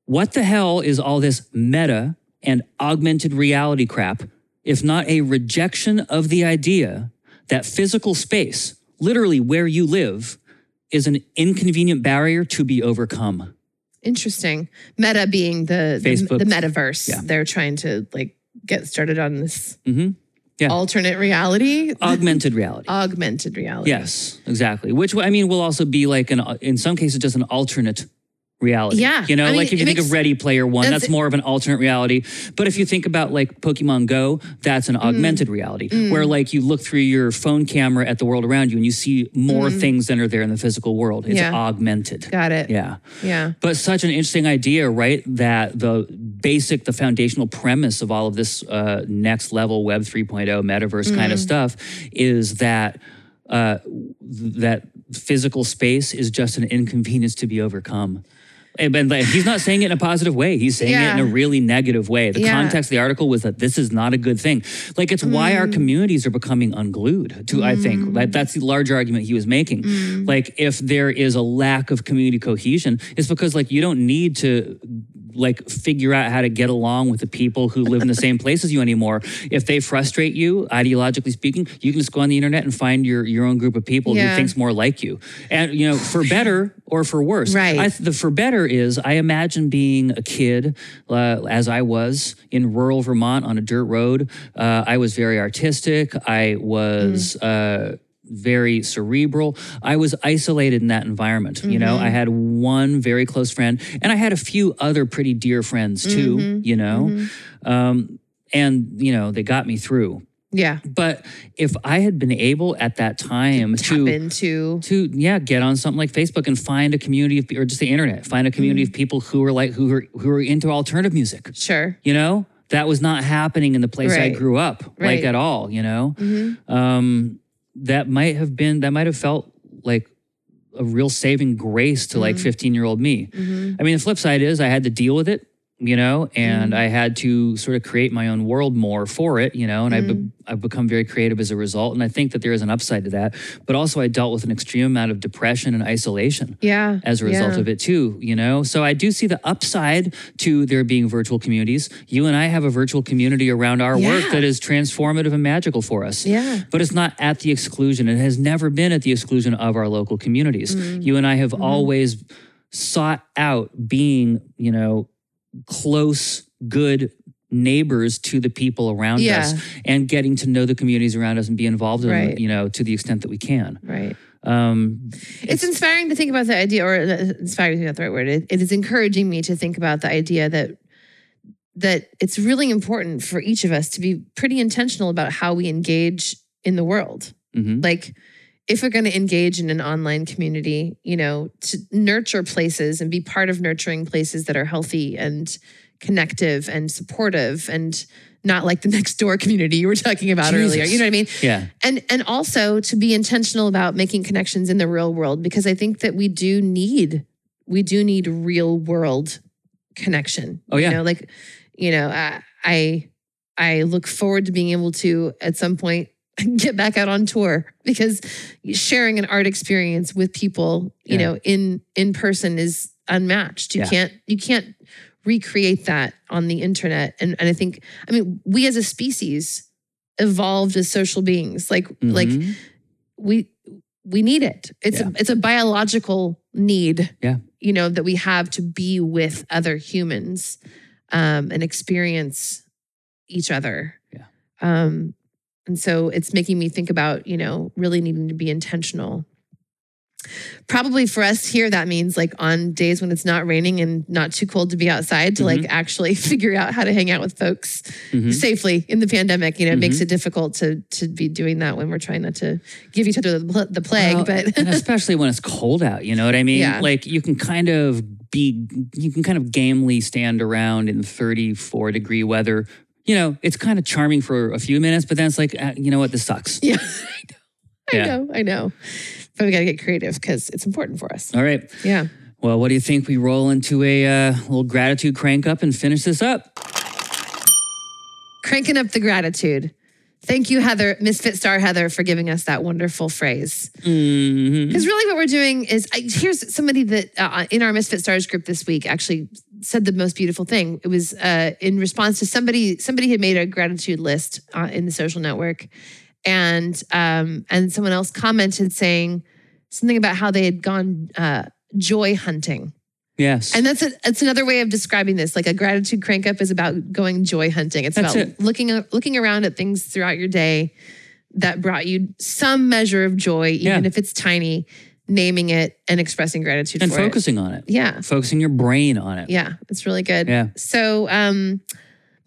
Speaker 2: What the hell is all this meta and augmented reality crap if not a rejection of the idea that physical space, literally where you live, is an inconvenient barrier to be overcome?
Speaker 1: Interesting. Meta being the the-
Speaker 2: Facebook.
Speaker 1: the, metaverse.
Speaker 2: Yeah.
Speaker 1: They're trying to like get started on this
Speaker 2: hmm Yeah. Uh,
Speaker 1: alternate reality,
Speaker 2: Augmented reality.
Speaker 1: augmented reality.
Speaker 2: Yes, exactly. Which I mean will also be like an in some cases just an alternate reality.
Speaker 1: Yeah.
Speaker 2: You know,
Speaker 1: I mean,
Speaker 2: like if
Speaker 1: it
Speaker 2: you think
Speaker 1: makes-
Speaker 2: of Ready Player One,
Speaker 1: that's-
Speaker 2: that's, more of an alternate reality. But if you think about like Pokemon Go, that's
Speaker 1: Mm.
Speaker 2: an augmented reality where like you look through your phone camera at the world around you and you see more things than are there in the physical world. It's
Speaker 1: Mm. Yeah.
Speaker 2: augmented.
Speaker 1: Got it.
Speaker 2: Yeah.
Speaker 1: Yeah.
Speaker 2: But such an interesting idea, right? That the basic, the foundational premise of all of this uh, next level Web 3.0 metaverse kind
Speaker 1: Mm-hmm.
Speaker 2: of stuff is that uh, that physical space is just an inconvenience to be overcome. And, and, like, he's not saying it in a positive way. He's saying it in
Speaker 1: Yeah.
Speaker 2: a really negative way. The
Speaker 1: Yeah.
Speaker 2: context of the article was that this is not a good thing. Like it's why
Speaker 1: Hmm.
Speaker 2: our communities are becoming unglued. To I think like, that's the large argument he was making.
Speaker 1: Hmm.
Speaker 2: Like if there is a lack of community cohesion, it's because like you don't need to like figure out how to get along with the people who live in the same place as you anymore. If they frustrate you, ideologically speaking, you can just go on the internet and find your your own group of people
Speaker 1: Yeah.
Speaker 2: who thinks more like you. And you know, for better or for worse.
Speaker 1: Right.
Speaker 2: I th- the for better is I imagine being a kid uh, as I was in rural Vermont on a dirt road. Uh, I was very artistic. I was. Uh, very cerebral. I was isolated in that environment. You know, I had one very close friend and I had a few other pretty dear friends too, you know. Um, and, you know, they got me through.
Speaker 1: Yeah.
Speaker 2: But if I had been able at that time
Speaker 1: Tap
Speaker 2: to
Speaker 1: into.
Speaker 2: to yeah get on something like facebook and find a community of, or just the internet find a community
Speaker 1: Mm.
Speaker 2: of people who are like who are who are into alternative music
Speaker 1: Sure.
Speaker 2: you know that was not happening in the place i
Speaker 1: Right.
Speaker 2: grew up
Speaker 1: Right.
Speaker 2: like at all you know
Speaker 1: hmm
Speaker 2: um that might have been that might have felt like a real saving grace to like
Speaker 1: Mm.
Speaker 2: 15 year old me
Speaker 1: hmm
Speaker 2: i mean the flip side is i had to deal with it you know and
Speaker 1: Mm.
Speaker 2: i had to sort of create my own world more for it you know and I've,
Speaker 1: Mm.
Speaker 2: be- I've become very creative as a result and i think that there is an upside to that but also i dealt with an extreme amount of depression and isolation
Speaker 1: Yeah.
Speaker 2: as a result
Speaker 1: yeah.
Speaker 2: of it too you know so i do see the upside to there being virtual communities you and i have a virtual community around our work
Speaker 1: Yeah.
Speaker 2: that is transformative and magical for us
Speaker 1: Yeah.
Speaker 2: but it's not at the exclusion it has never been at the exclusion of our local
Speaker 1: Mm.
Speaker 2: communities
Speaker 1: Mm-hmm.
Speaker 2: you and i have always sought out being you know close good neighbors to the people around
Speaker 1: Yeah.
Speaker 2: us and getting to know the communities around us and be involved in them
Speaker 1: Right.
Speaker 2: you know to the extent that we can
Speaker 1: Right.
Speaker 2: um
Speaker 1: It's, inspiring to think about the idea, or uh, inspiring is not the right word. It, it is encouraging me to think about the idea that that it's really important for each of us to be pretty intentional about how we engage in the world.
Speaker 2: mhm.
Speaker 1: Like, if we're going to engage in an online community, you know, to nurture places and be part of nurturing places that are healthy and connective and supportive and not like the next door community you were talking about earlier.
Speaker 2: Jesus.
Speaker 1: You know what I mean?
Speaker 2: yeah
Speaker 1: and and also to be intentional about making connections in the real world because i think that we do need we do need real world connection
Speaker 2: Oh, yeah.
Speaker 1: you know like you know i i, I look forward to being able to at some point get back out on tour because sharing an art experience with people you
Speaker 2: Yeah.
Speaker 1: know in in person is unmatched you
Speaker 2: Yeah.
Speaker 1: can't you can't recreate that on the internet and and i think i mean we as a species evolved as social beings like like
Speaker 2: Mhm.
Speaker 1: we we need it it's
Speaker 2: Yeah.
Speaker 1: a, it's a biological need
Speaker 2: Yeah.
Speaker 1: you know that we have to be with other humans um and experience each other
Speaker 2: Yeah.
Speaker 1: um and so it's making me think about you know really needing to be intentional probably for us here that means like on days when it's not raining and not too cold to be outside to
Speaker 2: Mm-hmm.
Speaker 1: like actually figure out how to hang out with folks
Speaker 2: Mhm.
Speaker 1: safely in the pandemic. You know, it makes
Speaker 2: Mhm.
Speaker 1: it difficult to to be doing that when we're trying not to give each other the, pl- the plague.
Speaker 2: Well,
Speaker 1: but
Speaker 2: and especially when it's cold out, you know what I mean?
Speaker 1: Yeah.
Speaker 2: Like you can kind of be you can kind of gamely stand around in 34 degree weather. You know, it's kind of charming for a few minutes, but then it's like, uh, you know what, this sucks.
Speaker 1: yeah, I know,
Speaker 2: Yeah.
Speaker 1: I know, I know. But we got to get creative because it's important for us.
Speaker 2: All right.
Speaker 1: Yeah.
Speaker 2: Well, what do you think we roll into a uh, little gratitude crank up and finish this up?
Speaker 1: Cranking up the gratitude. Thank you, Heather, Misfit Star Heather, for giving us that wonderful phrase.
Speaker 2: Mhm.
Speaker 1: Because really, what we're doing is I, here's somebody that uh, in our Misfit Stars group this week actually said the most beautiful thing. It was uh, in response to somebody somebody had made a gratitude list uh, in the social network, and um, and someone else commented saying something about how they had gone uh, joy hunting.
Speaker 2: Yes.
Speaker 1: And that's a, that's another way of describing this. Like a gratitude crank up is about going joy hunting. It's
Speaker 2: That's
Speaker 1: about
Speaker 2: it.
Speaker 1: looking looking around at things throughout your day that brought you some measure of joy, even
Speaker 2: Yeah.
Speaker 1: if it's tiny, naming it and expressing gratitude
Speaker 2: and
Speaker 1: for it.
Speaker 2: focusing on it,
Speaker 1: Yeah.
Speaker 2: focusing your brain on it.
Speaker 1: Yeah. It's really good.
Speaker 2: Yeah.
Speaker 1: So um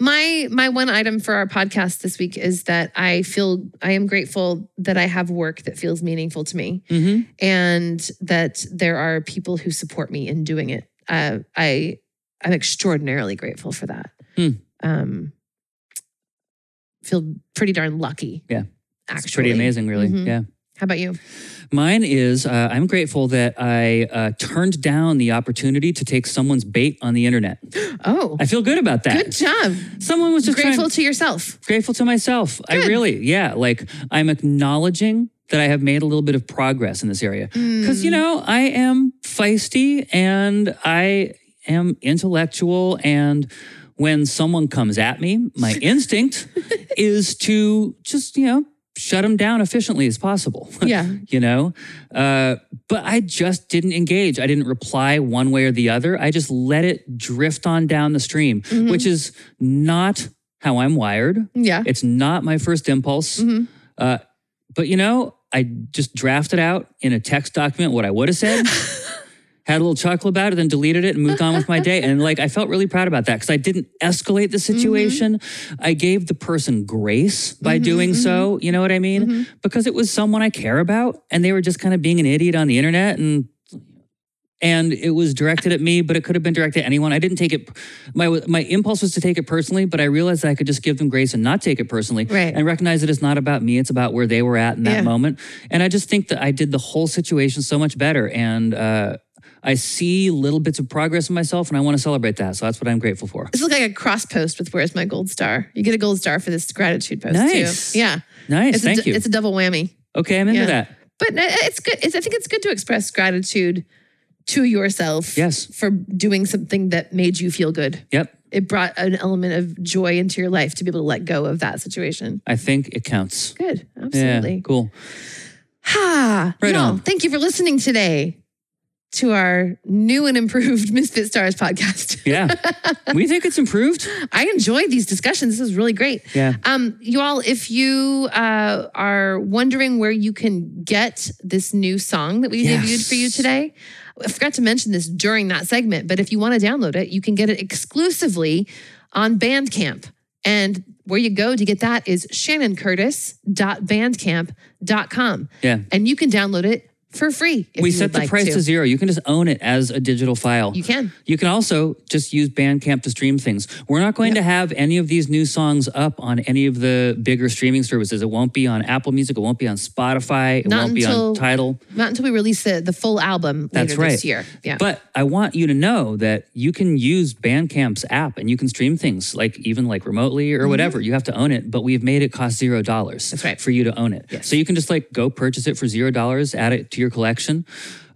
Speaker 1: my my one item for our podcast this week is that I feel I am grateful that I have work that feels meaningful to me
Speaker 2: hmm
Speaker 1: and that there are people who support me in doing it. Uh, I I'm extraordinarily grateful for that.
Speaker 2: Hmm.
Speaker 1: Um, feel pretty darn lucky.
Speaker 2: Yeah.
Speaker 1: actually,
Speaker 2: It's pretty amazing, really.
Speaker 1: Mhm.
Speaker 2: Yeah.
Speaker 1: How about you?
Speaker 2: Mine is uh, I'm grateful that I uh, turned down the opportunity to take someone's bait on the internet.
Speaker 1: Oh,
Speaker 2: I feel good about that.
Speaker 1: good job.
Speaker 2: Someone was just trying-
Speaker 1: grateful to yourself.
Speaker 2: grateful to myself. I
Speaker 1: Good.
Speaker 2: really, yeah, like I'm acknowledging that I have made a little bit of progress in this area.
Speaker 1: Mm,
Speaker 2: Because, you know, I am feisty and I am intellectual. And when someone comes at me, my instinct is to just, you know, shut them down efficiently as possible.
Speaker 1: Yeah.
Speaker 2: you know? Uh, but I just didn't engage. I didn't reply one way or the other. I just let it drift on down the stream,
Speaker 1: Mhm.
Speaker 2: which is not how I'm wired.
Speaker 1: Yeah.
Speaker 2: It's not my first impulse.
Speaker 1: Mhm.
Speaker 2: Uh, but you know, I just drafted out in a text document what I would have said. Had a little chuckle about it, then deleted it and moved on with my day. And like, I felt really proud about that because I didn't escalate the situation. I gave the person grace by
Speaker 1: Mhm,
Speaker 2: doing so. You know what I mean?
Speaker 1: Mhm.
Speaker 2: Because it was someone I care about and they were just kind of being an idiot on the internet and and it was directed at me, but it could have been directed at anyone. I didn't take it. My my impulse was to take it personally, but I realized that I could just give them grace and not take it personally,
Speaker 1: Right.
Speaker 2: and recognize that it's not about me; it's about where they were at in that
Speaker 1: Yeah.
Speaker 2: moment. And I just think that I did the whole situation so much better, and uh, I see little bits of progress in myself, and I want to celebrate that. So that's what I'm grateful for.
Speaker 1: This is like a cross post with "Where's my gold star?" You get a gold star for this gratitude post
Speaker 2: Nice.
Speaker 1: too. Yeah,
Speaker 2: Nice,
Speaker 1: it's
Speaker 2: thank
Speaker 1: a, du-
Speaker 2: you.
Speaker 1: It's a double whammy.
Speaker 2: okay, I'm into
Speaker 1: yeah.
Speaker 2: that.
Speaker 1: But uh, it's good. It's, I think it's good to express gratitude to yourself.
Speaker 2: Yes.
Speaker 1: For doing something that made you feel good.
Speaker 2: Yep,
Speaker 1: It brought an element of joy into your life to be able to let go of that situation.
Speaker 2: I think it counts.
Speaker 1: Good.
Speaker 2: Yeah,
Speaker 1: Absolutely.
Speaker 2: cool.
Speaker 1: Ha!
Speaker 2: Right
Speaker 1: Y'all,
Speaker 2: on.
Speaker 1: Thank you for listening today to our new and improved Misfit Stars podcast.
Speaker 2: Yeah, we think it's improved.
Speaker 1: I enjoyed these discussions. This is really great.
Speaker 2: Yeah.
Speaker 1: Um, you all, if you uh, are wondering where you can get this new song that we
Speaker 2: Yes.
Speaker 1: debuted for you today, I forgot to mention this during that segment, but if you want to download it, you can get it exclusively on Bandcamp. And where you go to get that is shannoncurtis.bandcamp.com.
Speaker 2: Yeah.
Speaker 1: And you can download it for free. If
Speaker 2: we
Speaker 1: you
Speaker 2: set
Speaker 1: would
Speaker 2: the
Speaker 1: like
Speaker 2: price to.
Speaker 1: to.
Speaker 2: zero. You can just own it as a digital file.
Speaker 1: You can.
Speaker 2: You can also just use Bandcamp to stream things. We're not going to have any of these new songs up on any of the bigger streaming services. It won't be on Apple Music. It won't be on Spotify. It
Speaker 1: Not
Speaker 2: won't be
Speaker 1: until-
Speaker 2: on Tidal.
Speaker 1: Not until we release the, the full album
Speaker 2: That's
Speaker 1: later
Speaker 2: right.
Speaker 1: this year. Yeah.
Speaker 2: But I want you to know that you can use Bandcamp's app and you can stream things like even like remotely or whatever. You have to own it, but we've made it cost zero dollars.
Speaker 1: Mm-hmm. That's right.
Speaker 2: for you to own it. So you can just like go purchase it for zero dollars, add it to your collection.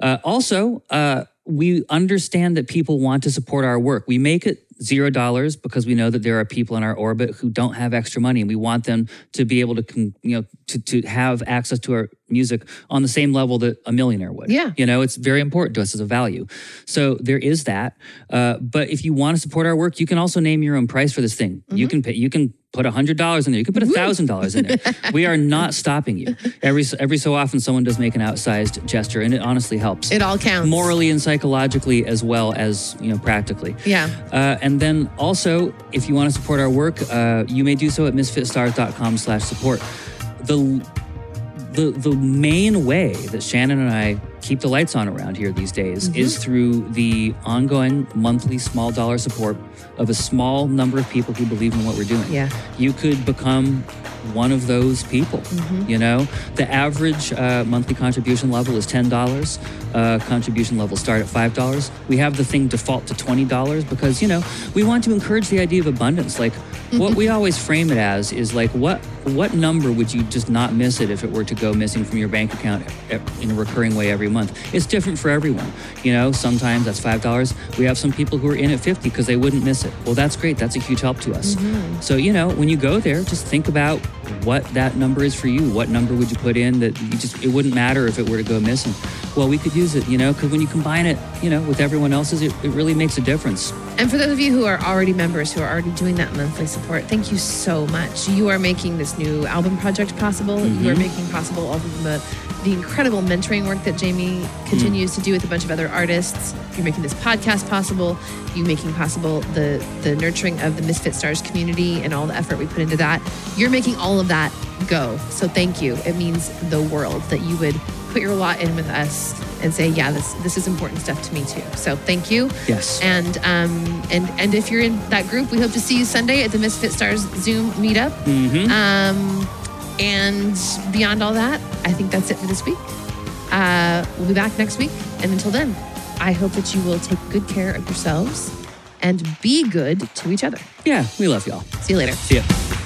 Speaker 2: Uh, also, uh, we understand that people want to support our work. We make it zero dollars because we know that there are people in our orbit who don't have extra money, and we want them to be able to, con- you know, to to have access to our music on the same level that a millionaire would.
Speaker 1: Yeah.
Speaker 2: You know, it's very important to us as a value. So there is that. Uh, but if you want to support our work, you can also name your own price for this thing.
Speaker 1: Mm-hmm.
Speaker 2: You can pay, you can put hundred dollars in there. You can put thousand dollars in there. we are not stopping you. Every so- every so often, someone does make an outsized gesture, and it honestly helps.
Speaker 1: it all counts.
Speaker 2: morally and psychologically as well as you know practically.
Speaker 1: Yeah.
Speaker 2: Uh, and then also, if you want to support our work, uh, you may do so at misfitstars.com slash support. The, the, the main way that Shannon and I keep the lights on around here these days is through the ongoing monthly small dollar support of a small number of people who believe in what we're doing
Speaker 1: Yeah.
Speaker 2: you could become one of those people. You know, the average uh, monthly contribution level is ten dollars. Uh, contribution levels start at five dollars. We have the thing default to twenty dollars because you know we want to encourage the idea of abundance. Like what we always frame it as is like what what number would you just not miss it if it were to go missing from your bank account e- in a recurring way every month? It's different for everyone. You know, sometimes that's five dollars. We have some people who are in at fifty because they wouldn't miss it. Well, that's great. That's a huge help to us. So, you know, when you go there, just think about what that number is for you. What number would you put in that you just, it wouldn't matter if it were to go missing? Well, we could use it, you know, because when you combine it, you know, with everyone else's, it, it really makes a difference.
Speaker 1: And for those of you who are already members, who are already doing that monthly support, thank you so much. You are making this new album project possible. You are making possible all of the the incredible mentoring work that Jamie continues to do with a bunch of other artists. You're making this podcast possible. You making possible the the nurturing of the Misfit Stars community and all the effort we put into that. You're making all of that go. So thank you. It means the world that you would put your lot in with us and say, yeah, this this is important stuff to me too. So thank you.
Speaker 2: Yes.
Speaker 1: And um and and if you're in that group, we hope to see you Sunday at the Misfit Stars Zoom meetup. Um, and beyond all that, I think that's it for this week. Uh, we'll be back next week. And until then, I hope that you will take good care of yourselves and be good to each other.
Speaker 2: Yeah, we love y'all.
Speaker 1: See you later.
Speaker 2: See ya.